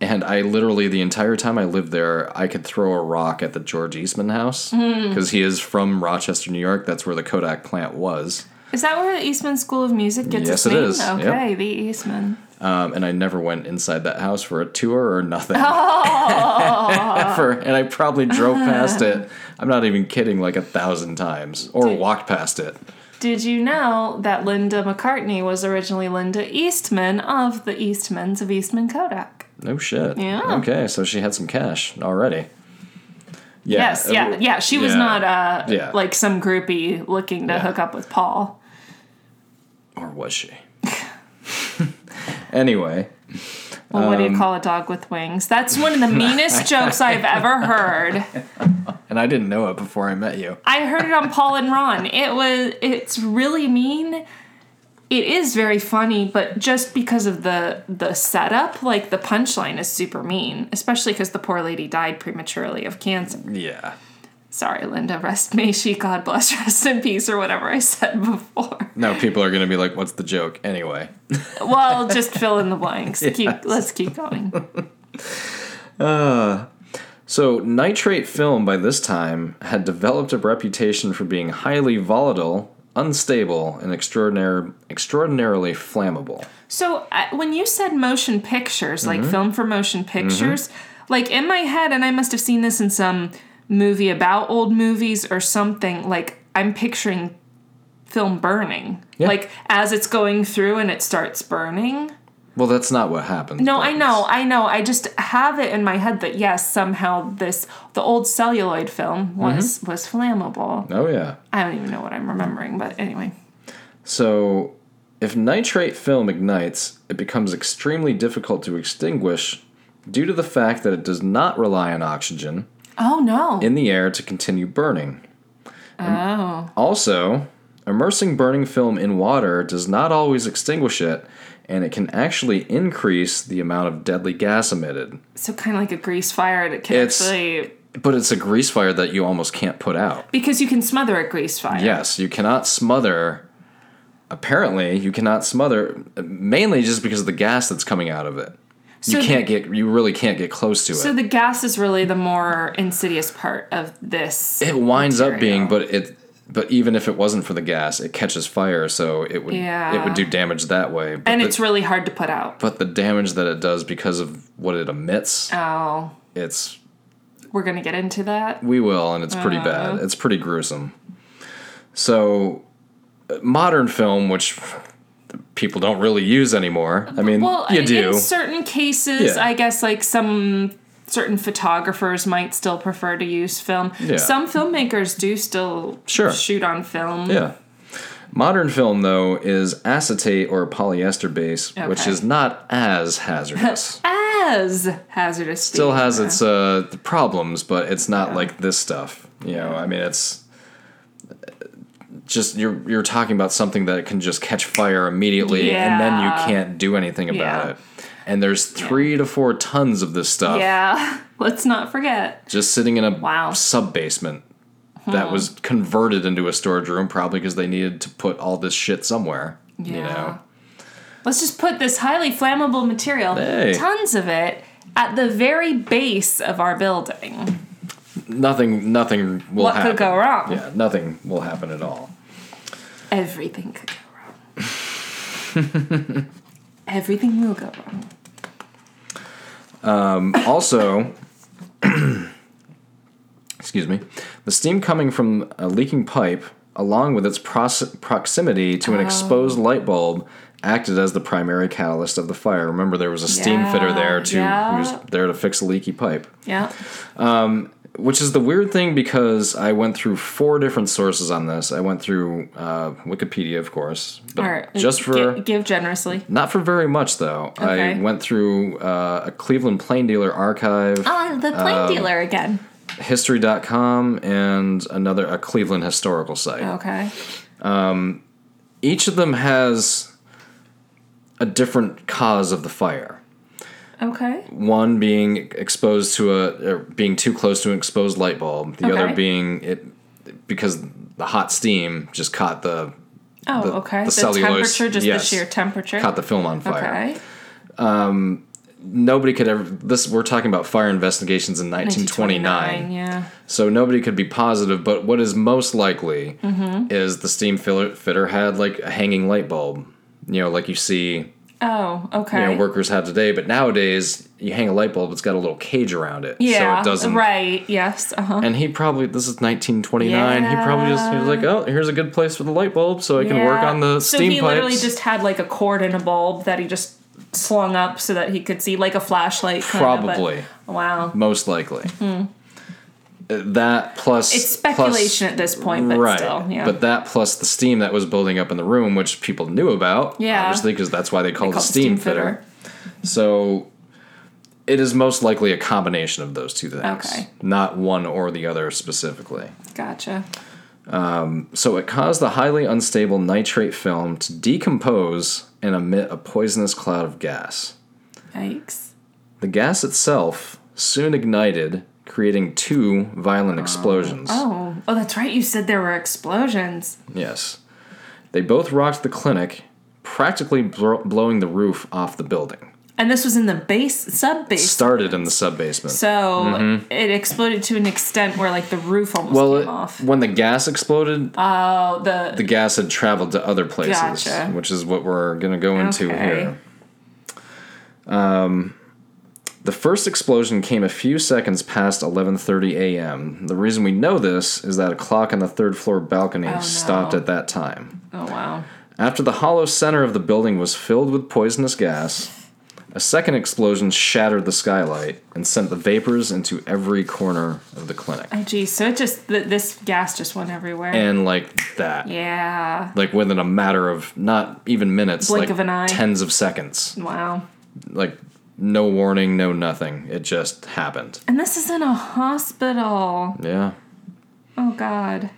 [SPEAKER 3] And I literally, the entire time I lived there, I could throw a rock at the George Eastman house because he is from Rochester, New York. That's where the Kodak plant was.
[SPEAKER 4] Is that where the Eastman School of Music gets its
[SPEAKER 3] Yes, it
[SPEAKER 4] name?
[SPEAKER 3] is. Yep.
[SPEAKER 4] Okay, the Eastman.
[SPEAKER 3] Um, and I never went inside that house for a tour or nothing. Ever. And I probably drove past it. I'm not even kidding, like a thousand times or walked past it.
[SPEAKER 4] Did you know that Linda McCartney was originally Linda Eastman of the Eastmans of Eastman Kodak?
[SPEAKER 3] No shit.
[SPEAKER 4] Yeah.
[SPEAKER 3] Okay, so she had some cash already. Yeah,
[SPEAKER 4] Yes,
[SPEAKER 3] uh,
[SPEAKER 4] yeah, yeah. She was
[SPEAKER 3] yeah.
[SPEAKER 4] not uh,
[SPEAKER 3] Yeah.
[SPEAKER 4] like some groupie looking to
[SPEAKER 3] Yeah.
[SPEAKER 4] hook up with Paul.
[SPEAKER 3] Or was she? anyway,
[SPEAKER 4] Well, what do
[SPEAKER 3] Um,
[SPEAKER 4] you call a dog with wings? That's one of the meanest jokes I've ever heard.
[SPEAKER 3] and I didn't know it before I met you.
[SPEAKER 4] I heard it on Paul and Ron. It was it's really mean. It is very funny, but just because of the the setup, like the punchline is super mean, especially cuz the poor lady died prematurely of cancer.
[SPEAKER 3] Yeah.
[SPEAKER 4] Sorry, Linda, rest may she god bless rest in peace or whatever I said before.
[SPEAKER 3] Now people are going to be like, what's the joke? Anyway.
[SPEAKER 4] Well, just fill in the blanks. Keep let's keep going.
[SPEAKER 3] So, nitrate film by this time had developed a reputation for being highly volatile, unstable, and extraordinar- extraordinarily flammable.
[SPEAKER 4] So uh, when you said motion pictures, like
[SPEAKER 3] Mm-hmm.
[SPEAKER 4] film for motion pictures, like in my head, and I must have seen this in some movie about old movies or something. Like I'm picturing film burning,
[SPEAKER 3] Yeah.
[SPEAKER 4] like as it's going through and it starts burning.
[SPEAKER 3] Well, that's not what happens.
[SPEAKER 4] No,
[SPEAKER 3] but
[SPEAKER 4] I
[SPEAKER 3] it's-
[SPEAKER 4] know, I know. I just have it in my head that yes, somehow this the old celluloid film
[SPEAKER 3] Mm-hmm.
[SPEAKER 4] was was flammable.
[SPEAKER 3] Oh, yeah.
[SPEAKER 4] I don't even know what I'm remembering, but anyway.
[SPEAKER 3] So, if nitrate film ignites, it becomes extremely difficult to extinguish due to the fact that it does not rely on oxygen
[SPEAKER 4] Oh no!
[SPEAKER 3] in the air to continue burning.
[SPEAKER 4] oh,
[SPEAKER 3] Also, immersing burning film in water does not always extinguish it, and it can actually increase the amount of deadly gas emitted.
[SPEAKER 4] so kind of like a grease fire, and it can
[SPEAKER 3] It's-
[SPEAKER 4] actually
[SPEAKER 3] But it's a grease fire that you almost can't put out.
[SPEAKER 4] Because you can smother a grease fire.
[SPEAKER 3] Yes, you cannot smother. Apparently, you cannot smother mainly just because of the gas that's coming out of it.
[SPEAKER 4] So
[SPEAKER 3] you can't get you really can't get close to
[SPEAKER 4] So
[SPEAKER 3] it.
[SPEAKER 4] the gas is really the more insidious part of this.
[SPEAKER 3] It winds up being
[SPEAKER 4] material.
[SPEAKER 3] but it but even if it wasn't for the gas, it catches fire, so it would it
[SPEAKER 4] Yeah.
[SPEAKER 3] would do damage that way. But
[SPEAKER 4] and
[SPEAKER 3] the-
[SPEAKER 4] it's really hard to put out.
[SPEAKER 3] but the damage that it does because of what it emits,
[SPEAKER 4] Oh,
[SPEAKER 3] it's
[SPEAKER 4] we're going to get into that.
[SPEAKER 3] we will and it's pretty
[SPEAKER 4] Ah.
[SPEAKER 3] bad. It's pretty gruesome. So uh, modern film which people don't really use anymore. I mean,
[SPEAKER 4] Well,
[SPEAKER 3] you
[SPEAKER 4] in-
[SPEAKER 3] do.
[SPEAKER 4] in certain cases,
[SPEAKER 3] Yeah.
[SPEAKER 4] I guess like some certain photographers might still prefer to use film.
[SPEAKER 3] Yeah.
[SPEAKER 4] Some filmmakers do still
[SPEAKER 3] Sure.
[SPEAKER 4] shoot on film.
[SPEAKER 3] Yeah. Modern film, though, is acetate or polyester base, which
[SPEAKER 4] Okay.
[SPEAKER 3] is not as hazardous.
[SPEAKER 4] As hazardous.
[SPEAKER 3] Still
[SPEAKER 4] speed.
[SPEAKER 3] has its uh, th- problems, but it's not like this stuff. You know, I mean, it's just you're you're talking about something that can just catch fire immediately, and then you
[SPEAKER 4] Yeah.
[SPEAKER 3] can't do anything about
[SPEAKER 4] Yeah.
[SPEAKER 3] it. And there's three to four tons of this stuff
[SPEAKER 4] Yeah. Let's not forget.
[SPEAKER 3] just sitting in a
[SPEAKER 4] Wow. Hmm.
[SPEAKER 3] sub basement that was converted into a storage room, probably because they needed to put all this shit somewhere. You
[SPEAKER 4] Yeah.
[SPEAKER 3] know.
[SPEAKER 4] Let's just put this highly flammable material,
[SPEAKER 3] Hey.
[SPEAKER 4] tons of it, at the very base of our building.
[SPEAKER 3] nothing nothing will
[SPEAKER 4] What
[SPEAKER 3] happen.
[SPEAKER 4] could go wrong?
[SPEAKER 3] Yeah, nothing will happen at all.
[SPEAKER 4] Everything could go wrong. Everything will go wrong.
[SPEAKER 3] Also, excuse me, the steam coming from a leaking pipe, along with its pros- proximity to an exposed
[SPEAKER 4] Oh.
[SPEAKER 3] light bulb, acted as the primary catalyst of the fire. Remember, there was a steam
[SPEAKER 4] Yeah,
[SPEAKER 3] fitter there to
[SPEAKER 4] yeah.
[SPEAKER 3] who was there to fix a leaky pipe.
[SPEAKER 4] Yeah.
[SPEAKER 3] which is the weird thing because I went through four different sources on this. I went through uh, Wikipedia, of course, but
[SPEAKER 4] All right.
[SPEAKER 3] just for
[SPEAKER 4] gi- give generously.
[SPEAKER 3] not for very much though.
[SPEAKER 4] Okay.
[SPEAKER 3] I went through uh, a Cleveland Plain Dealer archive,
[SPEAKER 4] Oh, the plane
[SPEAKER 3] Um,
[SPEAKER 4] dealer again.
[SPEAKER 3] History.com, and another a Cleveland historical site.
[SPEAKER 4] Okay.
[SPEAKER 3] Each of them has a different cause of the fire.
[SPEAKER 4] Okay.
[SPEAKER 3] One being exposed to a or being too close to an exposed light bulb. The other
[SPEAKER 4] Okay.
[SPEAKER 3] being it because the hot steam just caught the
[SPEAKER 4] Oh,
[SPEAKER 3] The-
[SPEAKER 4] okay.
[SPEAKER 3] the
[SPEAKER 4] The,
[SPEAKER 3] cellulose-
[SPEAKER 4] temperature, just
[SPEAKER 3] yes.
[SPEAKER 4] the sheer temperature.
[SPEAKER 3] caught the film on fire.
[SPEAKER 4] okay.
[SPEAKER 3] nobody could ever. This we're talking about fire investigations in 1929.
[SPEAKER 4] Yeah.
[SPEAKER 3] So nobody could be positive, but what is most likely
[SPEAKER 4] Mm-hmm.
[SPEAKER 3] is the steam filler, fitter had like a hanging light bulb, you know, like you see
[SPEAKER 4] Oh, okay.
[SPEAKER 3] you know workers have today. But nowadays, you hang a light bulb; it's got a little cage around it,
[SPEAKER 4] yeah.
[SPEAKER 3] so it doesn't.
[SPEAKER 4] Right. Yes. Uh huh.
[SPEAKER 3] And he probably this is 1929. He probably just he was like, oh, here's a good place for the light bulb, so I can work on the
[SPEAKER 4] so
[SPEAKER 3] steam
[SPEAKER 4] he
[SPEAKER 3] pipes.
[SPEAKER 4] literally just had like a cord and a bulb that he just slung up so that he could see like a flashlight. kinda, but-
[SPEAKER 3] Probably.
[SPEAKER 4] wow.
[SPEAKER 3] most likely. Uh, That plus
[SPEAKER 4] Hmm. It's speculation at this point, but
[SPEAKER 3] right?
[SPEAKER 4] still, yeah.
[SPEAKER 3] But that plus the steam that was building up in the room, which people knew about,
[SPEAKER 4] Yeah.
[SPEAKER 3] obviously, because that's why they called it
[SPEAKER 4] called
[SPEAKER 3] steam, fitter. So it is most likely a combination of those two things,
[SPEAKER 4] Okay.
[SPEAKER 3] not one or the other specifically.
[SPEAKER 4] Gotcha.
[SPEAKER 3] So it caused the highly unstable nitrate film to decompose and emit a poisonous cloud of gas.
[SPEAKER 4] Yikes.
[SPEAKER 3] The gas itself soon ignited, creating two violent explosions.
[SPEAKER 4] Oh, oh, that's right. You said there were explosions.
[SPEAKER 3] Yes. They both rocked the clinic, practically bro- blowing the roof off the building.
[SPEAKER 4] And this was in the base, sub base.
[SPEAKER 3] Started in the sub basement.
[SPEAKER 4] so it exploded to an extent where like the roof almost
[SPEAKER 3] Mm-hmm. well,
[SPEAKER 4] came
[SPEAKER 3] it-
[SPEAKER 4] off.
[SPEAKER 3] when the gas exploded,
[SPEAKER 4] Oh, the,
[SPEAKER 3] the gas had traveled to other places,
[SPEAKER 4] Gotcha.
[SPEAKER 3] which is what we're going to go into
[SPEAKER 4] Okay.
[SPEAKER 3] here. Um, the first explosion came a few seconds past 11:30 a.m. The reason we know this is that a clock on the third floor balcony stopped
[SPEAKER 4] Oh, no.
[SPEAKER 3] at that time.
[SPEAKER 4] oh wow.
[SPEAKER 3] After the hollow center of the building was filled with poisonous gas, a second explosion shattered the skylight and sent the vapors into every corner of the clinic.
[SPEAKER 4] Oh geez, so it just th- this gas just went everywhere.
[SPEAKER 3] And like that.
[SPEAKER 4] yeah.
[SPEAKER 3] Like within a matter of not even minutes,
[SPEAKER 4] Blink
[SPEAKER 3] like
[SPEAKER 4] of an eye.
[SPEAKER 3] tens of seconds.
[SPEAKER 4] Wow.
[SPEAKER 3] Like no warning, no nothing. It just happened.
[SPEAKER 4] And this is in a hospital.
[SPEAKER 3] Yeah.
[SPEAKER 4] Oh god.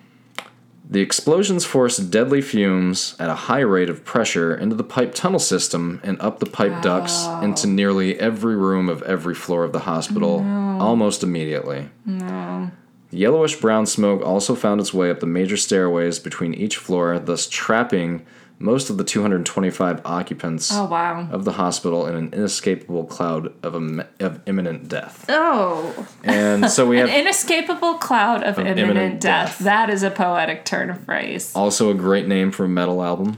[SPEAKER 3] The explosions forced deadly fumes at a high rate of pressure into the pipe tunnel system and up the pipe ducts into nearly every room of every floor of the hospital almost immediately. No. Yellowish brown smoke also found its way up the major stairways between each floor, thus trapping most of the 225 occupants
[SPEAKER 4] Oh wow.
[SPEAKER 3] of the hospital in an inescapable cloud of, im- of imminent death.
[SPEAKER 4] Oh,
[SPEAKER 3] And so we have
[SPEAKER 4] inescapable cloud of, imminent,
[SPEAKER 3] imminent
[SPEAKER 4] death.
[SPEAKER 3] death.
[SPEAKER 4] That is a poetic turn of phrase,
[SPEAKER 3] also a great name for a metal album.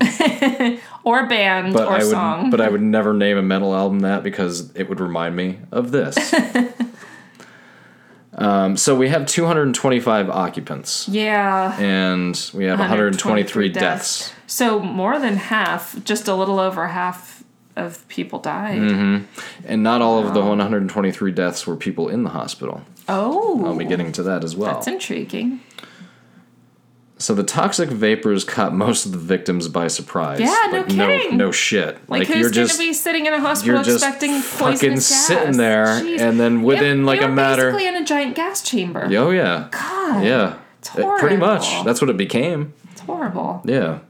[SPEAKER 4] or band,
[SPEAKER 3] but
[SPEAKER 4] or
[SPEAKER 3] I would,
[SPEAKER 4] song.
[SPEAKER 3] but I would never name a metal album that because it would remind me of this. um, so we have 225 occupants,
[SPEAKER 4] yeah.
[SPEAKER 3] and we have 123 deaths.
[SPEAKER 4] So more than half, just a little over half of people died.
[SPEAKER 3] Hmm. and not all of the 123 deaths were people in the hospital.
[SPEAKER 4] Oh,
[SPEAKER 3] I'll be getting to that as well.
[SPEAKER 4] that's intriguing.
[SPEAKER 3] so the toxic vapors caught most of the victims by surprise.
[SPEAKER 4] Yeah, no
[SPEAKER 3] like,
[SPEAKER 4] kidding.
[SPEAKER 3] No, shit.
[SPEAKER 4] Like, who's going to be sitting in a hospital
[SPEAKER 3] you're just
[SPEAKER 4] expecting poisonous
[SPEAKER 3] fucking
[SPEAKER 4] gas?
[SPEAKER 3] sitting there,
[SPEAKER 4] Jeez.
[SPEAKER 3] and then
[SPEAKER 4] They-
[SPEAKER 3] within, like,
[SPEAKER 4] they
[SPEAKER 3] a
[SPEAKER 4] were
[SPEAKER 3] matter-
[SPEAKER 4] basically in a giant gas chamber.
[SPEAKER 3] Oh yeah.
[SPEAKER 4] God,
[SPEAKER 3] Yeah.
[SPEAKER 4] It's
[SPEAKER 3] It- pretty much.
[SPEAKER 4] horrible.
[SPEAKER 3] That's what it became.
[SPEAKER 4] it's horrible.
[SPEAKER 3] Yeah.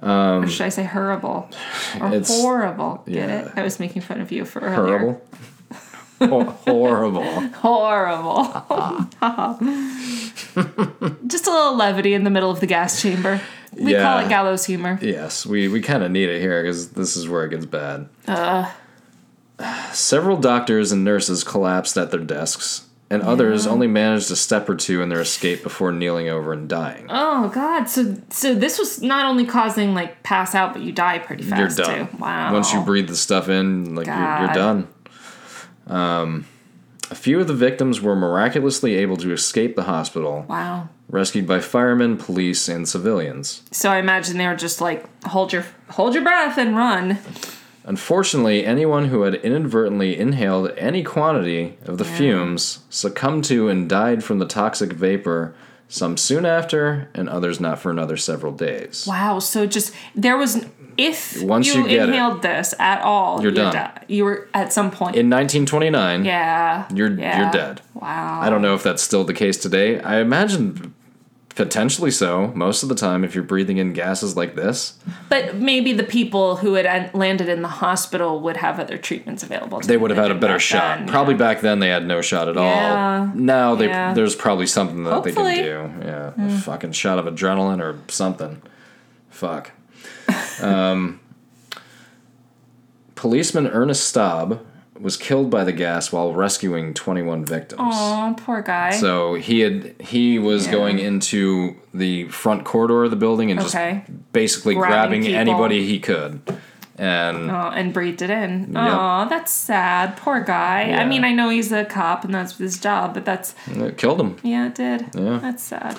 [SPEAKER 4] Or should I say horrible? Or
[SPEAKER 3] Um, It's-
[SPEAKER 4] horrible? Get
[SPEAKER 3] yeah.
[SPEAKER 4] it? I was making fun of you for earlier.
[SPEAKER 3] Horrible. Hor- horrible.
[SPEAKER 4] Horrible. Just a little levity in the middle of the gas chamber. We call
[SPEAKER 3] Yeah.
[SPEAKER 4] it gallows humor.
[SPEAKER 3] Yes, we, we kind of need it here because this is where it gets bad.
[SPEAKER 4] Uh.
[SPEAKER 3] Several doctors and nurses collapsed at their desks, and others only managed a step or two in their escape before kneeling over and dying.
[SPEAKER 4] Oh God! So so this was not only causing like pass out, but you die pretty
[SPEAKER 3] you're
[SPEAKER 4] fast
[SPEAKER 3] done.
[SPEAKER 4] too. Wow.
[SPEAKER 3] Once you breathe the stuff in, like you're,
[SPEAKER 4] God.
[SPEAKER 3] you're done. Um, a few of the victims were miraculously able to escape the hospital,
[SPEAKER 4] Wow.
[SPEAKER 3] rescued by firemen, police, and civilians.
[SPEAKER 4] So I imagine they were just like hold your hold your breath and run.
[SPEAKER 3] Unfortunately, anyone who had inadvertently inhaled any quantity of the fumes succumbed to and died from the toxic vapor, some soon after, and others not for another several days.
[SPEAKER 4] Wow. So just there was if
[SPEAKER 3] Once
[SPEAKER 4] you,
[SPEAKER 3] you get it,
[SPEAKER 4] inhaled this at all,
[SPEAKER 3] you're
[SPEAKER 4] you
[SPEAKER 3] done.
[SPEAKER 4] di- you were at some point.
[SPEAKER 3] In 1929,
[SPEAKER 4] yeah.
[SPEAKER 3] you're
[SPEAKER 4] yeah.
[SPEAKER 3] you're dead.
[SPEAKER 4] Wow.
[SPEAKER 3] I don't know if that's still the case today. I imagine potentially so. Most of the time, if you're breathing in gases like this,
[SPEAKER 4] But maybe the people who had en- landed in the hospital would have other treatments available. To
[SPEAKER 3] they
[SPEAKER 4] them
[SPEAKER 3] would have
[SPEAKER 4] than
[SPEAKER 3] had a
[SPEAKER 4] did
[SPEAKER 3] better
[SPEAKER 4] back
[SPEAKER 3] shot.
[SPEAKER 4] then.
[SPEAKER 3] Probably back then they had no shot at
[SPEAKER 4] Yeah.
[SPEAKER 3] all. Now they,
[SPEAKER 4] Yeah.
[SPEAKER 3] there's probably something that
[SPEAKER 4] Hopefully. Hmm.
[SPEAKER 3] they can do. Yeah, a fucking shot of adrenaline or something. Fuck. um, policeman Ernest Staub was killed by the gas while rescuing 21 victims.
[SPEAKER 4] Oh, poor guy.
[SPEAKER 3] So he had he was
[SPEAKER 4] Yeah.
[SPEAKER 3] going into the front corridor of the building and
[SPEAKER 4] Okay.
[SPEAKER 3] just basically
[SPEAKER 4] Grabbing
[SPEAKER 3] grabbing,
[SPEAKER 4] people.
[SPEAKER 3] anybody he could. And
[SPEAKER 4] Oh, and breathed it in.
[SPEAKER 3] Yep.
[SPEAKER 4] Oh, that's sad. Poor guy. I
[SPEAKER 3] Yeah.
[SPEAKER 4] mean, I know he's a cop and that's his job, but that's
[SPEAKER 3] it killed him.
[SPEAKER 4] yeah, it did.
[SPEAKER 3] Yeah.
[SPEAKER 4] That's sad.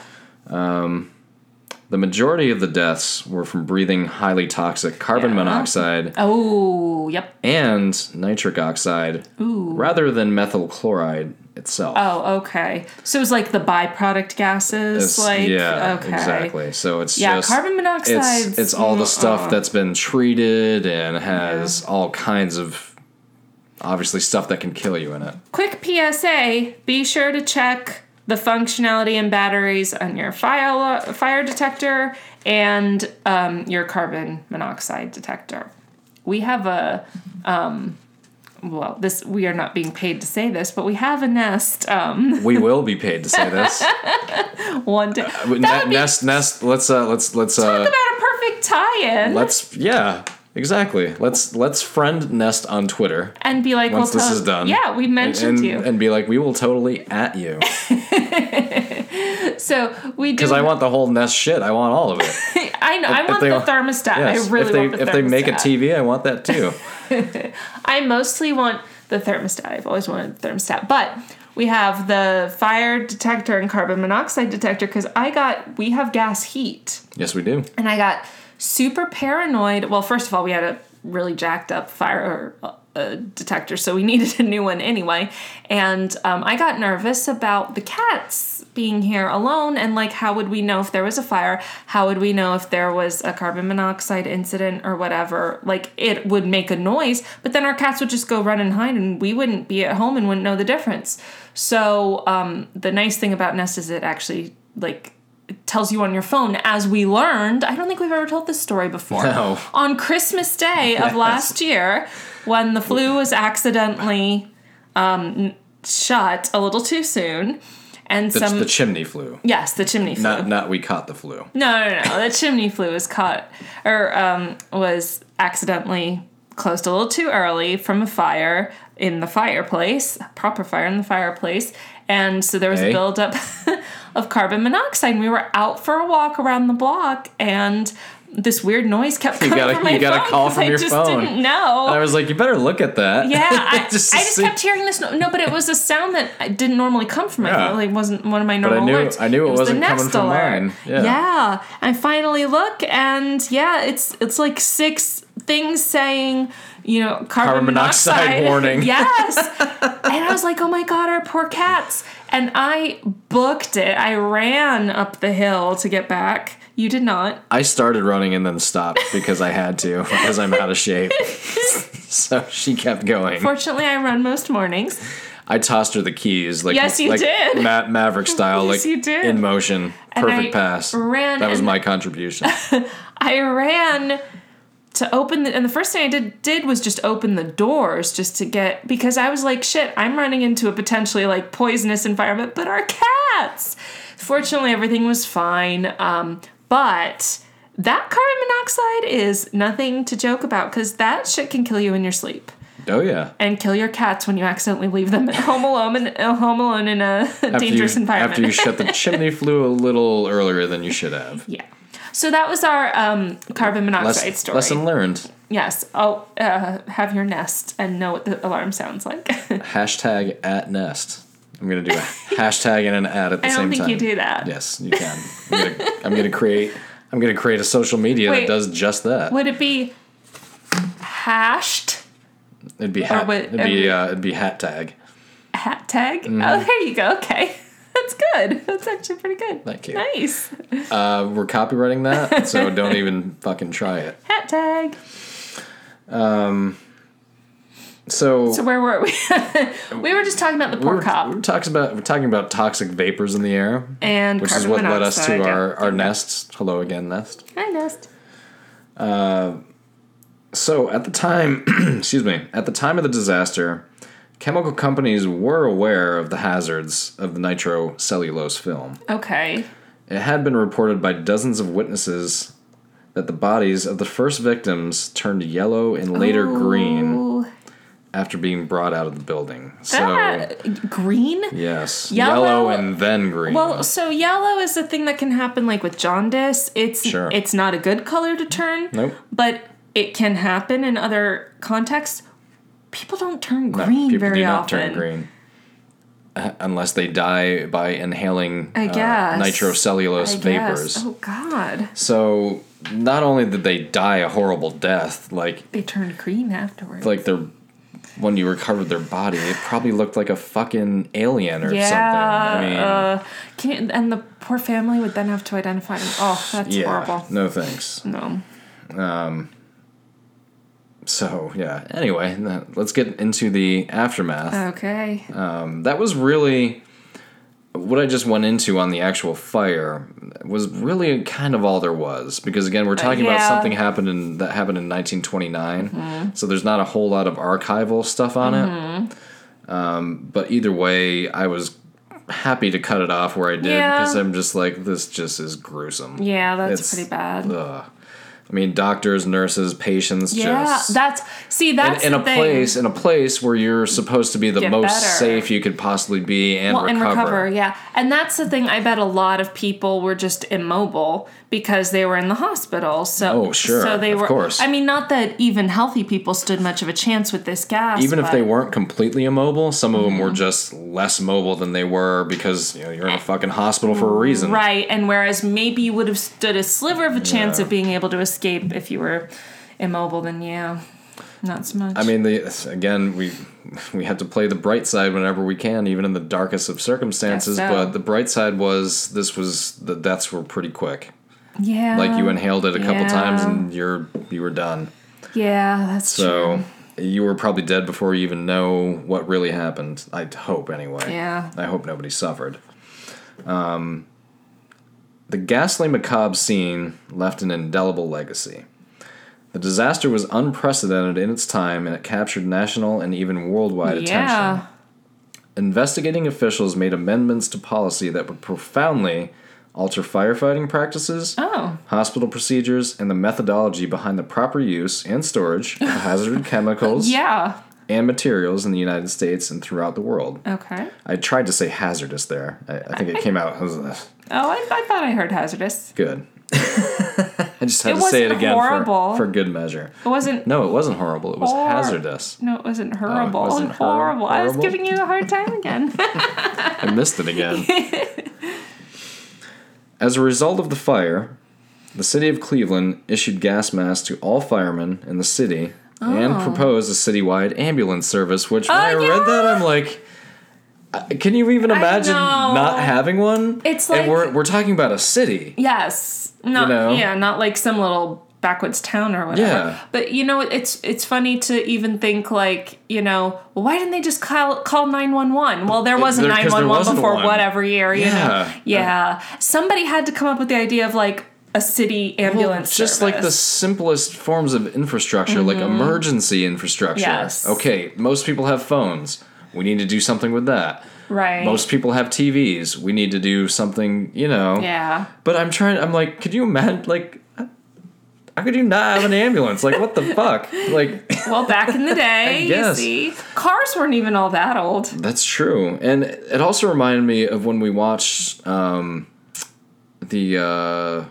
[SPEAKER 3] The majority of the deaths were from breathing highly toxic carbon
[SPEAKER 4] Yeah.
[SPEAKER 3] monoxide
[SPEAKER 4] Oh, yep.
[SPEAKER 3] and nitric oxide rather than methyl chloride itself.
[SPEAKER 4] Oh, okay. So it's like the byproduct gases,
[SPEAKER 3] It's-
[SPEAKER 4] like
[SPEAKER 3] yeah,
[SPEAKER 4] okay.
[SPEAKER 3] exactly. So it's
[SPEAKER 4] Yeah,
[SPEAKER 3] just
[SPEAKER 4] carbon monoxide's- mm, uh.
[SPEAKER 3] It's, it's all the stuff
[SPEAKER 4] Mm-mm.
[SPEAKER 3] that's been treated and has all kinds of obviously stuff that can kill you in it.
[SPEAKER 4] Quick PSA: Be sure to check the functionality and batteries on your fire fire detector and um, your carbon monoxide detector. We have a um, well, this we are not being paid to say this, but we have a Nest um,
[SPEAKER 3] We will be paid to say this.
[SPEAKER 4] one day. That would
[SPEAKER 3] N-
[SPEAKER 4] be
[SPEAKER 3] Nest, Nest. Let's uh, let's let's
[SPEAKER 4] talk
[SPEAKER 3] uh,
[SPEAKER 4] about a perfect tie-in
[SPEAKER 3] let's yeah, exactly. Let's let's friend Nest on Twitter
[SPEAKER 4] and be like, well,
[SPEAKER 3] once this
[SPEAKER 4] tell-
[SPEAKER 3] is done.
[SPEAKER 4] Yeah, we mentioned
[SPEAKER 3] and,
[SPEAKER 4] you.
[SPEAKER 3] and be like, we will totally at you
[SPEAKER 4] so we do.
[SPEAKER 3] because I want the whole Nest shit. I want all of it.
[SPEAKER 4] I know. I want
[SPEAKER 3] they
[SPEAKER 4] the
[SPEAKER 3] want-
[SPEAKER 4] thermostat.
[SPEAKER 3] Yes.
[SPEAKER 4] I really
[SPEAKER 3] if they
[SPEAKER 4] want the
[SPEAKER 3] if they make a
[SPEAKER 4] thermostat.
[SPEAKER 3] TV, I want that too.
[SPEAKER 4] I mostly want the thermostat. I've always wanted the thermostat, but we have the fire detector and carbon monoxide detector because I got we have gas heat,
[SPEAKER 3] yes, we do.
[SPEAKER 4] and I got super paranoid. Well, first of all, we had a really jacked up fire uh, detector, so we needed a new one anyway, and um, I got nervous about the cats being here alone and like how would we know if there was a fire how would we know if there was a carbon monoxide incident or whatever like it would make a noise but then our cats would just go run and hide and we wouldn't be at home and wouldn't know the difference so um, the nice thing about nest is it actually like it tells you on your phone as we learned i don't think we've ever told this story before
[SPEAKER 3] No.
[SPEAKER 4] on christmas day of last year when the flu was accidentally um, shut a little too soon, and
[SPEAKER 3] The,
[SPEAKER 4] some
[SPEAKER 3] the chimney flew.
[SPEAKER 4] yes, the chimney flew.
[SPEAKER 3] Not not we caught the flu.
[SPEAKER 4] no, no, no, the chimney flew was caught or um, was accidentally closed a little too early from a fire in the fireplace, a proper fire in the fireplace, and so there was a
[SPEAKER 3] Hey.
[SPEAKER 4] buildup of carbon monoxide. And we were out for a walk around the block, and this weird noise kept coming
[SPEAKER 3] got a-
[SPEAKER 4] from my
[SPEAKER 3] you got a
[SPEAKER 4] phone
[SPEAKER 3] call
[SPEAKER 4] 'cause
[SPEAKER 3] from
[SPEAKER 4] I
[SPEAKER 3] your
[SPEAKER 4] just
[SPEAKER 3] phone.
[SPEAKER 4] didn't know.
[SPEAKER 3] I was like, you better look at that.
[SPEAKER 4] Yeah, I just,
[SPEAKER 3] Just to
[SPEAKER 4] I just
[SPEAKER 3] see.
[SPEAKER 4] kept hearing this. No, no, but it was a sound that I didn't normally come from my
[SPEAKER 3] Yeah.
[SPEAKER 4] phone. Like, It wasn't one of my
[SPEAKER 3] I
[SPEAKER 4] normal
[SPEAKER 3] knew-
[SPEAKER 4] alerts.
[SPEAKER 3] I knew it
[SPEAKER 4] was the
[SPEAKER 3] wasn't coming
[SPEAKER 4] Nest
[SPEAKER 3] from
[SPEAKER 4] alert.
[SPEAKER 3] mine. Yeah.
[SPEAKER 4] yeah. I finally look, and yeah, it's it's like six things saying, you know, carbon,
[SPEAKER 3] Carbon monoxide warning.
[SPEAKER 4] yes, and I was like, oh my god, our poor cats. And I booked it. I ran up the hill to get back. You did not.
[SPEAKER 3] I started running and then stopped because I had to because I'm out of shape. so she kept going.
[SPEAKER 4] Fortunately, I run most mornings.
[SPEAKER 3] I tossed her the keys like
[SPEAKER 4] Yes, you
[SPEAKER 3] like
[SPEAKER 4] did.
[SPEAKER 3] Ma- Maverick style
[SPEAKER 4] Yes,
[SPEAKER 3] like
[SPEAKER 4] you did.
[SPEAKER 3] in motion.
[SPEAKER 4] And
[SPEAKER 3] Perfect
[SPEAKER 4] I
[SPEAKER 3] pass.
[SPEAKER 4] ran
[SPEAKER 3] that was
[SPEAKER 4] and-
[SPEAKER 3] my contribution.
[SPEAKER 4] I ran to open the, and the first thing I did did was just open the doors just to get because I was like shit I'm running into a potentially like poisonous environment but our cats fortunately everything was fine um but that carbon monoxide is nothing to joke about cuz that shit can kill you in your sleep
[SPEAKER 3] oh yeah.
[SPEAKER 4] and kill your cats when you accidentally leave them at home alone and uh, home alone in a dangerous
[SPEAKER 3] after you,
[SPEAKER 4] environment
[SPEAKER 3] After you shut the chimney flue a little earlier than you should have.
[SPEAKER 4] yeah so that was our um, carbon monoxide
[SPEAKER 3] Less-
[SPEAKER 4] story.
[SPEAKER 3] lesson learned.
[SPEAKER 4] Yes, I'll uh, have your nest and know what the alarm sounds like. I
[SPEAKER 3] Hashtag at nest. I'm gonna do a hashtag and an at at the
[SPEAKER 4] don't
[SPEAKER 3] same time.
[SPEAKER 4] think you do that.
[SPEAKER 3] Yes, you can. I'm gonna, I'm gonna create. I'm gonna create a social media
[SPEAKER 4] Wait.
[SPEAKER 3] that does just that.
[SPEAKER 4] Would it be hashed
[SPEAKER 3] It'd be hat.
[SPEAKER 4] wait,
[SPEAKER 3] it'd be uh, it'd be hat tag.
[SPEAKER 4] hat tag?
[SPEAKER 3] Mm.
[SPEAKER 4] Oh, there you go. Okay, that's good. That's actually pretty good.
[SPEAKER 3] Thank you.
[SPEAKER 4] Nice
[SPEAKER 3] Uh, we're copywriting that, so don't even fucking try it.
[SPEAKER 4] hat tag.
[SPEAKER 3] So,
[SPEAKER 4] So where were we? we were just talking about the
[SPEAKER 3] we
[SPEAKER 4] poor
[SPEAKER 3] we're,
[SPEAKER 4] cop
[SPEAKER 3] we we're talks about we're talking about toxic vapors in the air,
[SPEAKER 4] and
[SPEAKER 3] which is
[SPEAKER 4] carbon
[SPEAKER 3] what led us
[SPEAKER 4] monoxide.
[SPEAKER 3] to our our nests. Hello again, nest.
[SPEAKER 4] hi nest.
[SPEAKER 3] So at the time, excuse me, at the time of the disaster, chemical companies were aware of the hazards of the nitrocellulose film.
[SPEAKER 4] Okay.
[SPEAKER 3] It had been reported by dozens of witnesses
[SPEAKER 4] Oh.
[SPEAKER 3] that the bodies of the first victims turned yellow and later green
[SPEAKER 4] Ooh,
[SPEAKER 3] after being brought out of the building. So
[SPEAKER 4] That- Ah, green?
[SPEAKER 3] yes,
[SPEAKER 4] Yellow-
[SPEAKER 3] yellow, and then green.
[SPEAKER 4] Well, so yellow is the thing that can happen like with jaundice. It's
[SPEAKER 3] Sure.
[SPEAKER 4] it's not a good color to turn.
[SPEAKER 3] Nope.
[SPEAKER 4] But it can happen in other contexts. People don't turn
[SPEAKER 3] No,
[SPEAKER 4] green
[SPEAKER 3] people
[SPEAKER 4] very
[SPEAKER 3] do not
[SPEAKER 4] often.
[SPEAKER 3] turn green Uh, unless they die by inhaling
[SPEAKER 4] I
[SPEAKER 3] uh,
[SPEAKER 4] guess.
[SPEAKER 3] nitrocellulose
[SPEAKER 4] I
[SPEAKER 3] vapors.
[SPEAKER 4] guess. Oh god.
[SPEAKER 3] So not only did they die a horrible death, like
[SPEAKER 4] They turn green afterwards.
[SPEAKER 3] like their when you recovered their body, it probably looked like a fucking alien or
[SPEAKER 4] yeah.
[SPEAKER 3] something. I mean,
[SPEAKER 4] uh, can, and the poor family would then have to identify them. Oh, that's
[SPEAKER 3] yeah,
[SPEAKER 4] horrible.
[SPEAKER 3] no thanks.
[SPEAKER 4] No.
[SPEAKER 3] So yeah. Anyway, th- let's get into the aftermath.
[SPEAKER 4] Okay.
[SPEAKER 3] Uh, that was really what I just went into on the actual fire was really kind of all there was because again we're talking
[SPEAKER 4] Uh, yeah. Mm-hmm.
[SPEAKER 3] about something happened in that happened in 1929 so there's not a whole lot of archival stuff on it
[SPEAKER 4] Mm-hmm.
[SPEAKER 3] um, but either way I was happy to cut it off where I did
[SPEAKER 4] Yeah.
[SPEAKER 3] because I'm just like this just is gruesome
[SPEAKER 4] yeah, that's
[SPEAKER 3] it's-
[SPEAKER 4] pretty bad.
[SPEAKER 3] Ugh. I mean doctors nurses patients
[SPEAKER 4] yeah,
[SPEAKER 3] just
[SPEAKER 4] that's see that's
[SPEAKER 3] in, in
[SPEAKER 4] the
[SPEAKER 3] a
[SPEAKER 4] thing.
[SPEAKER 3] place in a place where you're supposed to be the
[SPEAKER 4] Get
[SPEAKER 3] most
[SPEAKER 4] better.
[SPEAKER 3] safe you could possibly be and,
[SPEAKER 4] well,
[SPEAKER 3] recover.
[SPEAKER 4] and recover, yeah. And that's the thing. I bet a lot of people were just immobile because they were in the hospital. So,
[SPEAKER 3] Oh, sure,
[SPEAKER 4] So they
[SPEAKER 3] of
[SPEAKER 4] were.
[SPEAKER 3] course.
[SPEAKER 4] I mean, not that even healthy people stood much of a chance with this gas.
[SPEAKER 3] Even if
[SPEAKER 4] but- Mm-hmm.
[SPEAKER 3] they weren't completely immobile, some of them were just less mobile than they were because you know you're in a fucking hospital for a reason.
[SPEAKER 4] right, and whereas maybe you would have stood a sliver of a chance
[SPEAKER 3] Yeah.
[SPEAKER 4] of being able to escape if you were immobile, then yeah, not so much.
[SPEAKER 3] I mean, the, again, we we had to play the bright side whenever we can, even in the darkest of circumstances.
[SPEAKER 4] so.
[SPEAKER 3] But the bright side was this was the deaths were pretty quick.
[SPEAKER 4] yeah,
[SPEAKER 3] Like you inhaled it a couple
[SPEAKER 4] yeah.
[SPEAKER 3] times and you're you were done.
[SPEAKER 4] Yeah, that's true.
[SPEAKER 3] So you were probably dead before you even know what really happened. I hope, anyway.
[SPEAKER 4] Yeah.
[SPEAKER 3] I hope nobody suffered. Um, the ghastly macabre scene left an indelible legacy. The disaster was unprecedented in its time and it captured national and even worldwide attention
[SPEAKER 4] Yeah,
[SPEAKER 3] investigating officials made amendments to policy that would profoundly alter firefighting practices,
[SPEAKER 4] Oh.
[SPEAKER 3] hospital procedures, and the methodology behind the proper use and storage of hazard chemicals
[SPEAKER 4] yeah.
[SPEAKER 3] and materials in the United States and throughout the world.
[SPEAKER 4] Okay.
[SPEAKER 3] I tried to say hazardous there. I, I think it came out I was, uh,
[SPEAKER 4] Oh, I, I thought I heard hazardous.
[SPEAKER 3] good. I just had
[SPEAKER 4] It
[SPEAKER 3] to say it
[SPEAKER 4] wasn't
[SPEAKER 3] again
[SPEAKER 4] horrible.
[SPEAKER 3] for, for good measure.
[SPEAKER 4] It wasn't.
[SPEAKER 3] No, it wasn't horrible. It was
[SPEAKER 4] Hor-
[SPEAKER 3] hazardous.
[SPEAKER 4] No, it wasn't horrible.
[SPEAKER 3] Oh, wasn't hor-
[SPEAKER 4] horrible. I was
[SPEAKER 3] horrible?
[SPEAKER 4] giving you a hard time again.
[SPEAKER 3] I missed it again. As a result of the fire, the city of Cleveland issued gas masks to all firemen in the city and proposed a citywide ambulance service. Which, when
[SPEAKER 4] Oh,
[SPEAKER 3] I
[SPEAKER 4] yeah.
[SPEAKER 3] read that, I'm like, uh, can you even imagine
[SPEAKER 4] know.
[SPEAKER 3] not having one?
[SPEAKER 4] It's like-
[SPEAKER 3] and we're we're talking about a city.
[SPEAKER 4] yes. Not
[SPEAKER 3] You know?
[SPEAKER 4] yeah, not like some little backwoods town or whatever.
[SPEAKER 3] Yeah.
[SPEAKER 4] But you know, it's it's funny to even think like, you know, well, why didn't they just call call 911? Well, there wasn't
[SPEAKER 3] there- 'cause there
[SPEAKER 4] 911
[SPEAKER 3] wasn't
[SPEAKER 4] before
[SPEAKER 3] one.
[SPEAKER 4] whatever year, you know.
[SPEAKER 3] Yeah.
[SPEAKER 4] Yeah. Somebody had to come up with the idea of like a city ambulance
[SPEAKER 3] just like the
[SPEAKER 4] service. Mm-hmm.
[SPEAKER 3] simplest forms of infrastructure, like emergency infrastructure.
[SPEAKER 4] Yes.
[SPEAKER 3] Okay, most people have phones. We need to do something with that.
[SPEAKER 4] right.
[SPEAKER 3] Most people have TVs. We need to do something, you know.
[SPEAKER 4] yeah.
[SPEAKER 3] But I'm trying. I'm like, could you imagine? Like, how could you not have an ambulance? Like, what the fuck? Like,
[SPEAKER 4] Well, back in the day,
[SPEAKER 3] guess.
[SPEAKER 4] you see, cars weren't even all that old.
[SPEAKER 3] that's true. And it also reminded me of when we watched um, the. Uh,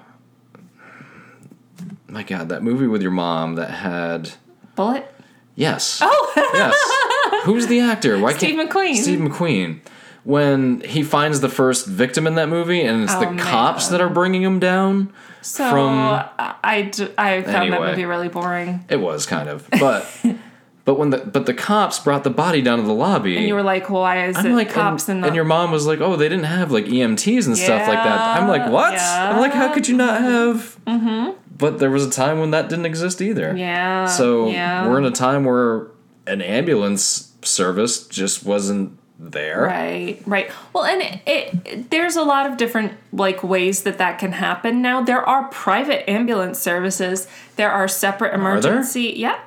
[SPEAKER 3] my God, that movie with your mom that had.
[SPEAKER 4] Bullet.
[SPEAKER 3] Yes.
[SPEAKER 4] Oh.
[SPEAKER 3] Yes. Who's the actor? Why
[SPEAKER 4] Steve
[SPEAKER 3] can't-
[SPEAKER 4] McQueen.
[SPEAKER 3] Steve McQueen. When he finds the first victim in that movie, and it's the
[SPEAKER 4] Oh, man.
[SPEAKER 3] cops that are bringing him down.
[SPEAKER 4] So
[SPEAKER 3] from-
[SPEAKER 4] I, I d- I found that
[SPEAKER 3] Anyway.
[SPEAKER 4] movie really boring.
[SPEAKER 3] It was kind of, but but when the but the cops brought the body down to the lobby,
[SPEAKER 4] And you were like, why is it
[SPEAKER 3] I'm like,
[SPEAKER 4] cops
[SPEAKER 3] and,
[SPEAKER 4] and, not?
[SPEAKER 3] and your mom was like, oh, they didn't have like EMTs and stuff like that. I'm
[SPEAKER 4] Yeah,
[SPEAKER 3] like, what? I'm like,
[SPEAKER 4] yeah.
[SPEAKER 3] how could you not have? Mm-hmm. But there was a time when that didn't exist either.
[SPEAKER 4] yeah.
[SPEAKER 3] So
[SPEAKER 4] yeah.
[SPEAKER 3] we're in a time where an ambulance service just wasn't there.
[SPEAKER 4] Right, right. Well, and it, it there's a lot of different like ways that that can happen now. There are private ambulance services. There are separate
[SPEAKER 3] there?
[SPEAKER 4] emergency. Yep.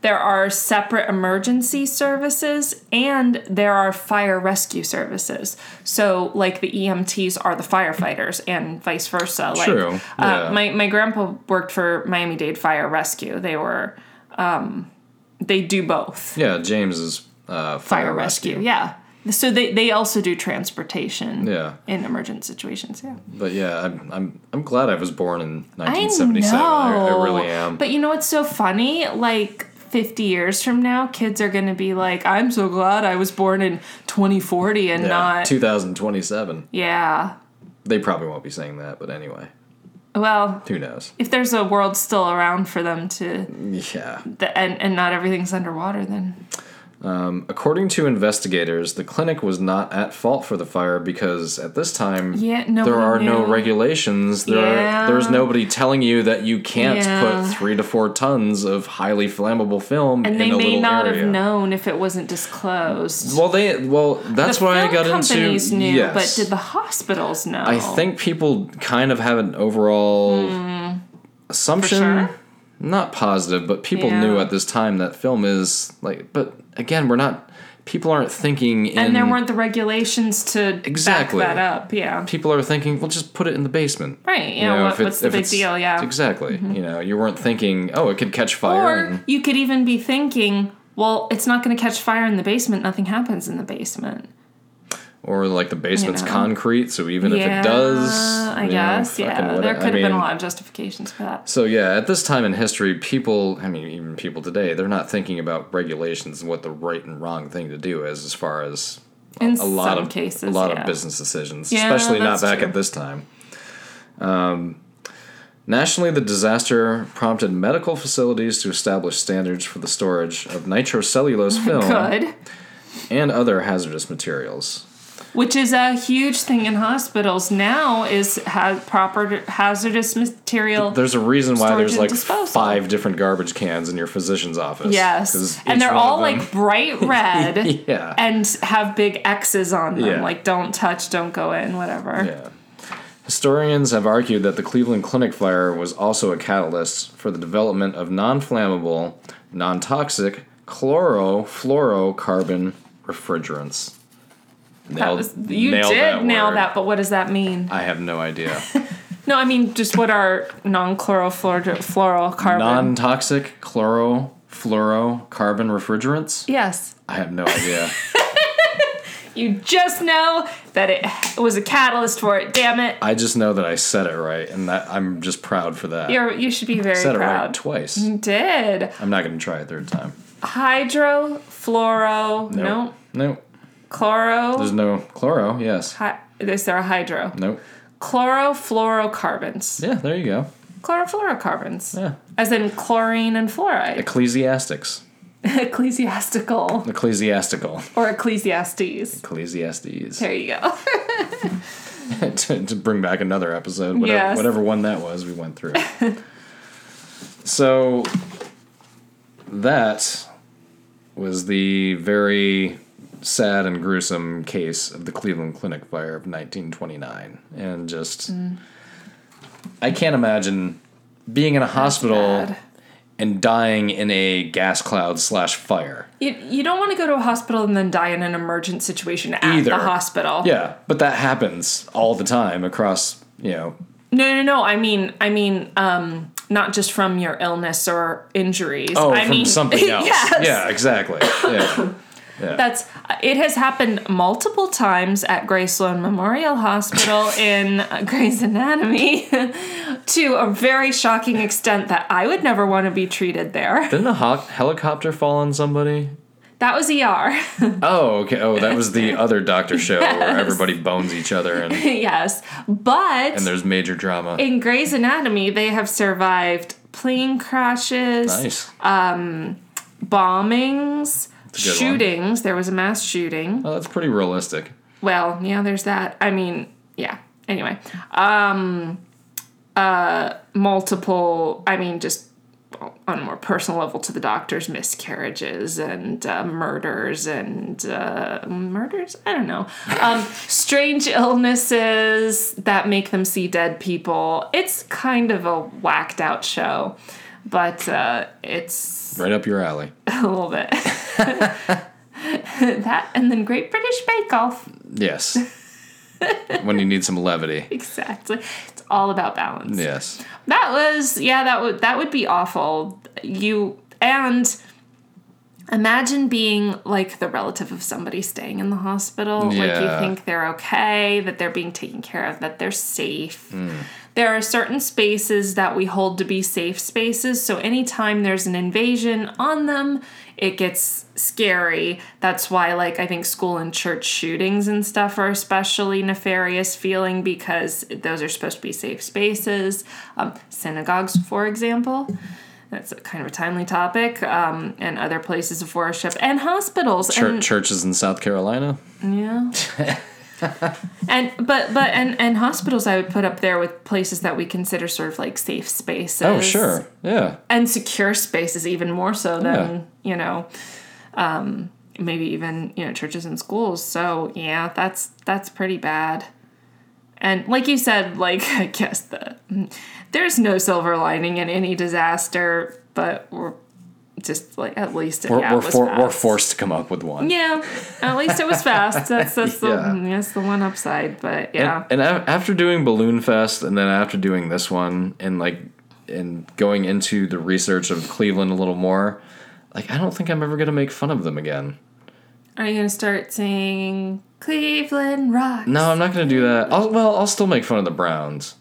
[SPEAKER 4] There are separate emergency services and there are fire rescue services. So, like the EMTs are the firefighters and vice versa. Like,
[SPEAKER 3] True,
[SPEAKER 4] Uh,
[SPEAKER 3] yeah.
[SPEAKER 4] my my grandpa worked for Miami Dade Fire Rescue. They were um, they do both.
[SPEAKER 3] Yeah, James is uh, fire,
[SPEAKER 4] Fire rescue. Yeah. So they, they also do transportation
[SPEAKER 3] Yeah,
[SPEAKER 4] in emergent situations. Yeah.
[SPEAKER 3] but yeah, I'm I'm I'm glad I was born in 1977. I, I, really am.
[SPEAKER 4] But you know what's so funny? Like 50 years from now, kids are going to be like, I'm so glad I was born in 2040 and
[SPEAKER 3] yeah,
[SPEAKER 4] not.
[SPEAKER 3] 2027.
[SPEAKER 4] yeah.
[SPEAKER 3] They probably won't be saying that, but anyway,
[SPEAKER 4] Well,
[SPEAKER 3] who knows?
[SPEAKER 4] if there's a world still around for them to,
[SPEAKER 3] Yeah.
[SPEAKER 4] the, and, and not everything's underwater, then.
[SPEAKER 3] According to investigators, the clinic was not at fault for the fire because at this time
[SPEAKER 4] Yeah, nobody
[SPEAKER 3] there are no
[SPEAKER 4] knew.
[SPEAKER 3] regulations. There
[SPEAKER 4] Yeah.
[SPEAKER 3] are, there's nobody telling you that you can't
[SPEAKER 4] Yeah.
[SPEAKER 3] put 3 to 4 tons of highly flammable film
[SPEAKER 4] And
[SPEAKER 3] in
[SPEAKER 4] they
[SPEAKER 3] a
[SPEAKER 4] may
[SPEAKER 3] little
[SPEAKER 4] not
[SPEAKER 3] area.
[SPEAKER 4] have known if it wasn't disclosed.
[SPEAKER 3] Well, they well that's
[SPEAKER 4] the
[SPEAKER 3] why
[SPEAKER 4] film
[SPEAKER 3] I got
[SPEAKER 4] companies
[SPEAKER 3] into
[SPEAKER 4] knew,
[SPEAKER 3] yes.
[SPEAKER 4] but did the hospitals know?
[SPEAKER 3] I think people kind of have an overall assumption.
[SPEAKER 4] Hmm. sure.
[SPEAKER 3] Not positive, but people
[SPEAKER 4] Yeah.
[SPEAKER 3] knew at this time that film is like but again, we're not people aren't thinking in
[SPEAKER 4] and there weren't the regulations to
[SPEAKER 3] Exactly.
[SPEAKER 4] back that up. Yeah.
[SPEAKER 3] people are thinking, well, just put it in the basement.
[SPEAKER 4] Right.
[SPEAKER 3] You
[SPEAKER 4] Yeah.
[SPEAKER 3] know,
[SPEAKER 4] what,
[SPEAKER 3] if it-
[SPEAKER 4] what's the
[SPEAKER 3] if
[SPEAKER 4] big
[SPEAKER 3] it's-
[SPEAKER 4] deal? Yeah. Mm-hmm.
[SPEAKER 3] Exactly. You know, you weren't thinking, oh, it could catch fire.
[SPEAKER 4] Or
[SPEAKER 3] and,
[SPEAKER 4] you could even be thinking, well, it's not going to catch fire in the basement. Nothing happens in the basement.
[SPEAKER 3] or like the basement's
[SPEAKER 4] know.
[SPEAKER 3] concrete, so even if
[SPEAKER 4] yeah,
[SPEAKER 3] it does,
[SPEAKER 4] I
[SPEAKER 3] you know,
[SPEAKER 4] guess.
[SPEAKER 3] fucking
[SPEAKER 4] yeah.
[SPEAKER 3] what-
[SPEAKER 4] There
[SPEAKER 3] I
[SPEAKER 4] could have been a
[SPEAKER 3] mean,
[SPEAKER 4] lot of justifications for that.
[SPEAKER 3] So yeah, at this time in history, people, I mean, even people today, they're not thinking about regulations and what the right and wrong thing to do is as far as
[SPEAKER 4] In
[SPEAKER 3] a lot
[SPEAKER 4] some
[SPEAKER 3] of
[SPEAKER 4] cases,
[SPEAKER 3] a lot
[SPEAKER 4] yeah.
[SPEAKER 3] of business decisions,
[SPEAKER 4] Yeah,
[SPEAKER 3] especially not
[SPEAKER 4] that's
[SPEAKER 3] back
[SPEAKER 4] true.
[SPEAKER 3] at this time. Um, nationally, the disaster prompted medical facilities to establish standards for the storage of
[SPEAKER 4] Oh
[SPEAKER 3] nitrocellulose film
[SPEAKER 4] Good.
[SPEAKER 3] and other hazardous materials.
[SPEAKER 4] Which is a huge thing in hospitals now is ha- proper hazardous material.
[SPEAKER 3] There's a reason why
[SPEAKER 4] Storage
[SPEAKER 3] there's
[SPEAKER 4] and
[SPEAKER 3] like
[SPEAKER 4] disposal.
[SPEAKER 3] five different garbage cans in your physician's office. 'cause
[SPEAKER 4] Yes. And
[SPEAKER 3] each
[SPEAKER 4] they're
[SPEAKER 3] one of
[SPEAKER 4] all
[SPEAKER 3] them-
[SPEAKER 4] like bright red
[SPEAKER 3] Yeah.
[SPEAKER 4] and have big X's on them.
[SPEAKER 3] Yeah.
[SPEAKER 4] Like, don't touch, don't go in, whatever.
[SPEAKER 3] Yeah. Historians have argued that the Cleveland Clinic fire was also a catalyst for the development of non flammable, non toxic chlorofluorocarbon refrigerants.
[SPEAKER 4] That
[SPEAKER 3] Nailed,
[SPEAKER 4] was, you
[SPEAKER 3] nailed
[SPEAKER 4] did nail
[SPEAKER 3] word.
[SPEAKER 4] that, but what does that mean?
[SPEAKER 3] I have no idea.
[SPEAKER 4] No, I mean just what are non-chlorofluorocarbon?
[SPEAKER 3] non toxic chlorofluorocarbon refrigerants?
[SPEAKER 4] yes,
[SPEAKER 3] I have no idea.
[SPEAKER 4] you just know that it was a catalyst for it. Damn it!
[SPEAKER 3] I just know that I said it right, and that I'm just proud for that.
[SPEAKER 4] You're you should be very
[SPEAKER 3] I said it right
[SPEAKER 4] proud. Mm-hmm.
[SPEAKER 3] twice.
[SPEAKER 4] You did
[SPEAKER 3] I'm not going to try a third time.
[SPEAKER 4] hydrofluoro? No,
[SPEAKER 3] Nope. There's
[SPEAKER 4] chloro.
[SPEAKER 3] no chloro, yes.
[SPEAKER 4] Hi, is there a hydro?
[SPEAKER 3] Nope.
[SPEAKER 4] Chlorofluorocarbons.
[SPEAKER 3] Yeah, there you go.
[SPEAKER 4] Chlorofluorocarbons.
[SPEAKER 3] Yeah.
[SPEAKER 4] As in chlorine and fluoride.
[SPEAKER 3] Ecclesiastics.
[SPEAKER 4] Ecclesiastical
[SPEAKER 3] Ecclesiastical.
[SPEAKER 4] or Ecclesiastes.
[SPEAKER 3] Ecclesiastes.
[SPEAKER 4] There you go.
[SPEAKER 3] to, to bring back another episode, whatever,
[SPEAKER 4] Yes.
[SPEAKER 3] whatever one that was, we went through. so that was the very sad and gruesome case of the Cleveland Clinic fire of 1929, and just
[SPEAKER 4] Mm.
[SPEAKER 3] I can't imagine being in a hospital
[SPEAKER 4] bad.
[SPEAKER 3] and dying in a gas cloud slash fire.
[SPEAKER 4] You, you don't want to go to a hospital and then die in an emergent situation at
[SPEAKER 3] Either.
[SPEAKER 4] the hospital.
[SPEAKER 3] Yeah, but that happens all the time across, you know.
[SPEAKER 4] No, no, no. I mean, I mean, um, not just from your illness or injuries.
[SPEAKER 3] Oh,
[SPEAKER 4] I
[SPEAKER 3] from
[SPEAKER 4] mean,
[SPEAKER 3] something else.
[SPEAKER 4] yes.
[SPEAKER 3] Yeah, exactly. Yeah.
[SPEAKER 4] That's it has happened multiple times at Grace Sloan Memorial Hospital in uh, Grey's Anatomy to a very shocking extent that I would never want to be treated there.
[SPEAKER 3] Didn't a ho- helicopter fall on somebody?
[SPEAKER 4] That was ER.
[SPEAKER 3] Oh, okay. Oh, that was the other doctor show where everybody bones each other and,
[SPEAKER 4] yes. But
[SPEAKER 3] and there's major drama.
[SPEAKER 4] in Grey's Anatomy, they have survived plane crashes,
[SPEAKER 3] nice.
[SPEAKER 4] bombings,
[SPEAKER 3] a good one.
[SPEAKER 4] shootings. There was a mass shooting.
[SPEAKER 3] Oh, that's pretty realistic.
[SPEAKER 4] Well, yeah, there's that. I mean, yeah. Anyway, um, uh, multiple. I mean, just on a more personal level to the doctors, miscarriages and uh, murders and uh, murders. I don't know. Um, strange illnesses that make them see dead people. It's kind of a whacked out show, but uh, it's
[SPEAKER 3] Right up your alley.
[SPEAKER 4] a little bit. that and then Great British Bake Off.
[SPEAKER 3] Yes. when you need some levity.
[SPEAKER 4] Exactly. It's all about balance.
[SPEAKER 3] Yes.
[SPEAKER 4] That was yeah, that would that would be awful. You and Imagine being like the relative of somebody staying in the hospital. Like you
[SPEAKER 3] Yeah.
[SPEAKER 4] think they're okay, that they're being taken care of, that they're safe. There are certain spaces that we hold to be safe spaces. So anytime there's an invasion on them, it gets scary. That's why, like, I think school and church shootings and stuff are especially nefarious feeling because those are supposed to be safe spaces. Um, synagogues, for example. That's kind of a timely topic, um, and other places of worship and hospitals.
[SPEAKER 3] Chur-
[SPEAKER 4] and,
[SPEAKER 3] churches in South Carolina.
[SPEAKER 4] yeah. and but but and and hospitals I would put up there with places that we consider sort of like safe spaces.
[SPEAKER 3] Oh, sure. Yeah.
[SPEAKER 4] And secure spaces even more so than, you know, um maybe even, you know, churches and schools. So, yeah, that's that's pretty bad. And like you said, like I guess the there's no silver lining in any disaster, but we're just like at least it
[SPEAKER 3] We're,
[SPEAKER 4] yeah,
[SPEAKER 3] we're,
[SPEAKER 4] it was
[SPEAKER 3] for, we're
[SPEAKER 4] fast.
[SPEAKER 3] forced to come up with one.
[SPEAKER 4] Yeah, at least it was fast. That's that's
[SPEAKER 3] Yeah.
[SPEAKER 4] the mm, that's the one upside. But yeah,
[SPEAKER 3] And, and a- after doing Balloon Fest, and then after doing this one, and like, and going into the research of Cleveland a little more, like, I don't think I'm ever gonna make fun of them again.
[SPEAKER 4] are you gonna start singing Cleveland Rock?
[SPEAKER 3] No, I'm not gonna do that. I'll, well, I'll still make fun of the Browns.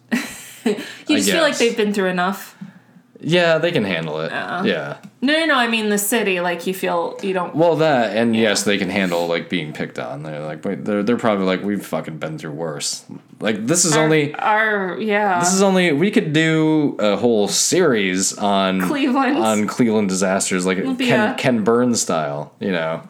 [SPEAKER 4] you just feel like
[SPEAKER 3] guess.
[SPEAKER 4] they've been through enough.
[SPEAKER 3] Yeah, they can handle it. Yeah.
[SPEAKER 4] No, no, no. I mean the city. Like you feel you don't.
[SPEAKER 3] Well, that and yes, they can handle like being picked on. They're like, wait, they're they're probably like, we've fucking been through worse. Like this is only
[SPEAKER 4] Our, our- yeah.
[SPEAKER 3] this is only we could do a whole series on
[SPEAKER 4] Cleveland.
[SPEAKER 3] on Cleveland disasters, like Ken
[SPEAKER 4] be a-
[SPEAKER 3] Ken Burns style. You know,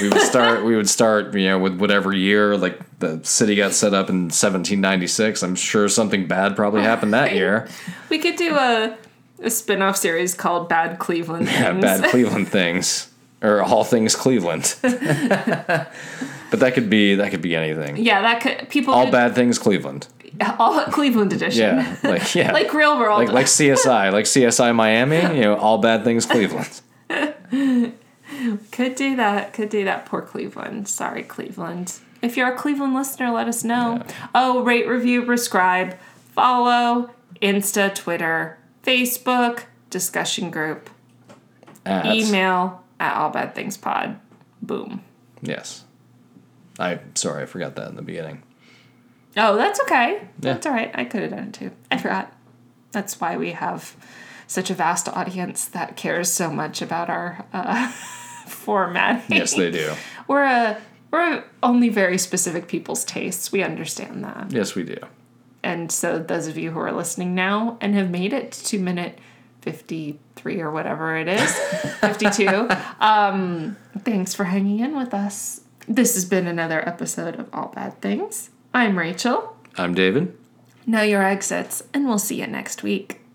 [SPEAKER 3] we would start we would start you know with whatever year like the city got set up in 1796. I'm sure something bad probably happened that year.
[SPEAKER 4] we could do a a spin off series called Bad Cleveland Things.
[SPEAKER 3] Yeah, bad Cleveland things or all things Cleveland. but that could be that could be anything.
[SPEAKER 4] Yeah, that could people
[SPEAKER 3] All
[SPEAKER 4] could-
[SPEAKER 3] bad things Cleveland.
[SPEAKER 4] all Cleveland edition.
[SPEAKER 3] Yeah, like yeah,
[SPEAKER 4] Like real world.
[SPEAKER 3] like, like CSI, like CSI Miami. You know, all bad things Cleveland.
[SPEAKER 4] Could do that. Could do that. Poor Cleveland. Sorry, Cleveland. If you're a Cleveland listener, let us know. Oh, rate, review, prescribe, follow, Insta, Twitter, Facebook, discussion group,
[SPEAKER 3] At,
[SPEAKER 4] email at All Bad Things Pod. Boom.
[SPEAKER 3] Yes. I sorry, I forgot that in the beginning.
[SPEAKER 4] Oh, that's okay.
[SPEAKER 3] Yeah.
[SPEAKER 4] That's all right. I could have done it too. I forgot. That's why we have such a vast audience that cares so much about our uh, formatting.
[SPEAKER 3] Yes, they do.
[SPEAKER 4] We're a we're only very specific people's tastes. We understand that.
[SPEAKER 3] Yes, we do.
[SPEAKER 4] And so those of you who are listening now and have made it to minute 53 or whatever it is, 52, um, thanks for hanging in with us. This has been another episode of All Bad Things. I'm Rachel.
[SPEAKER 3] I'm David.
[SPEAKER 4] Know your exits, and we'll see you next week.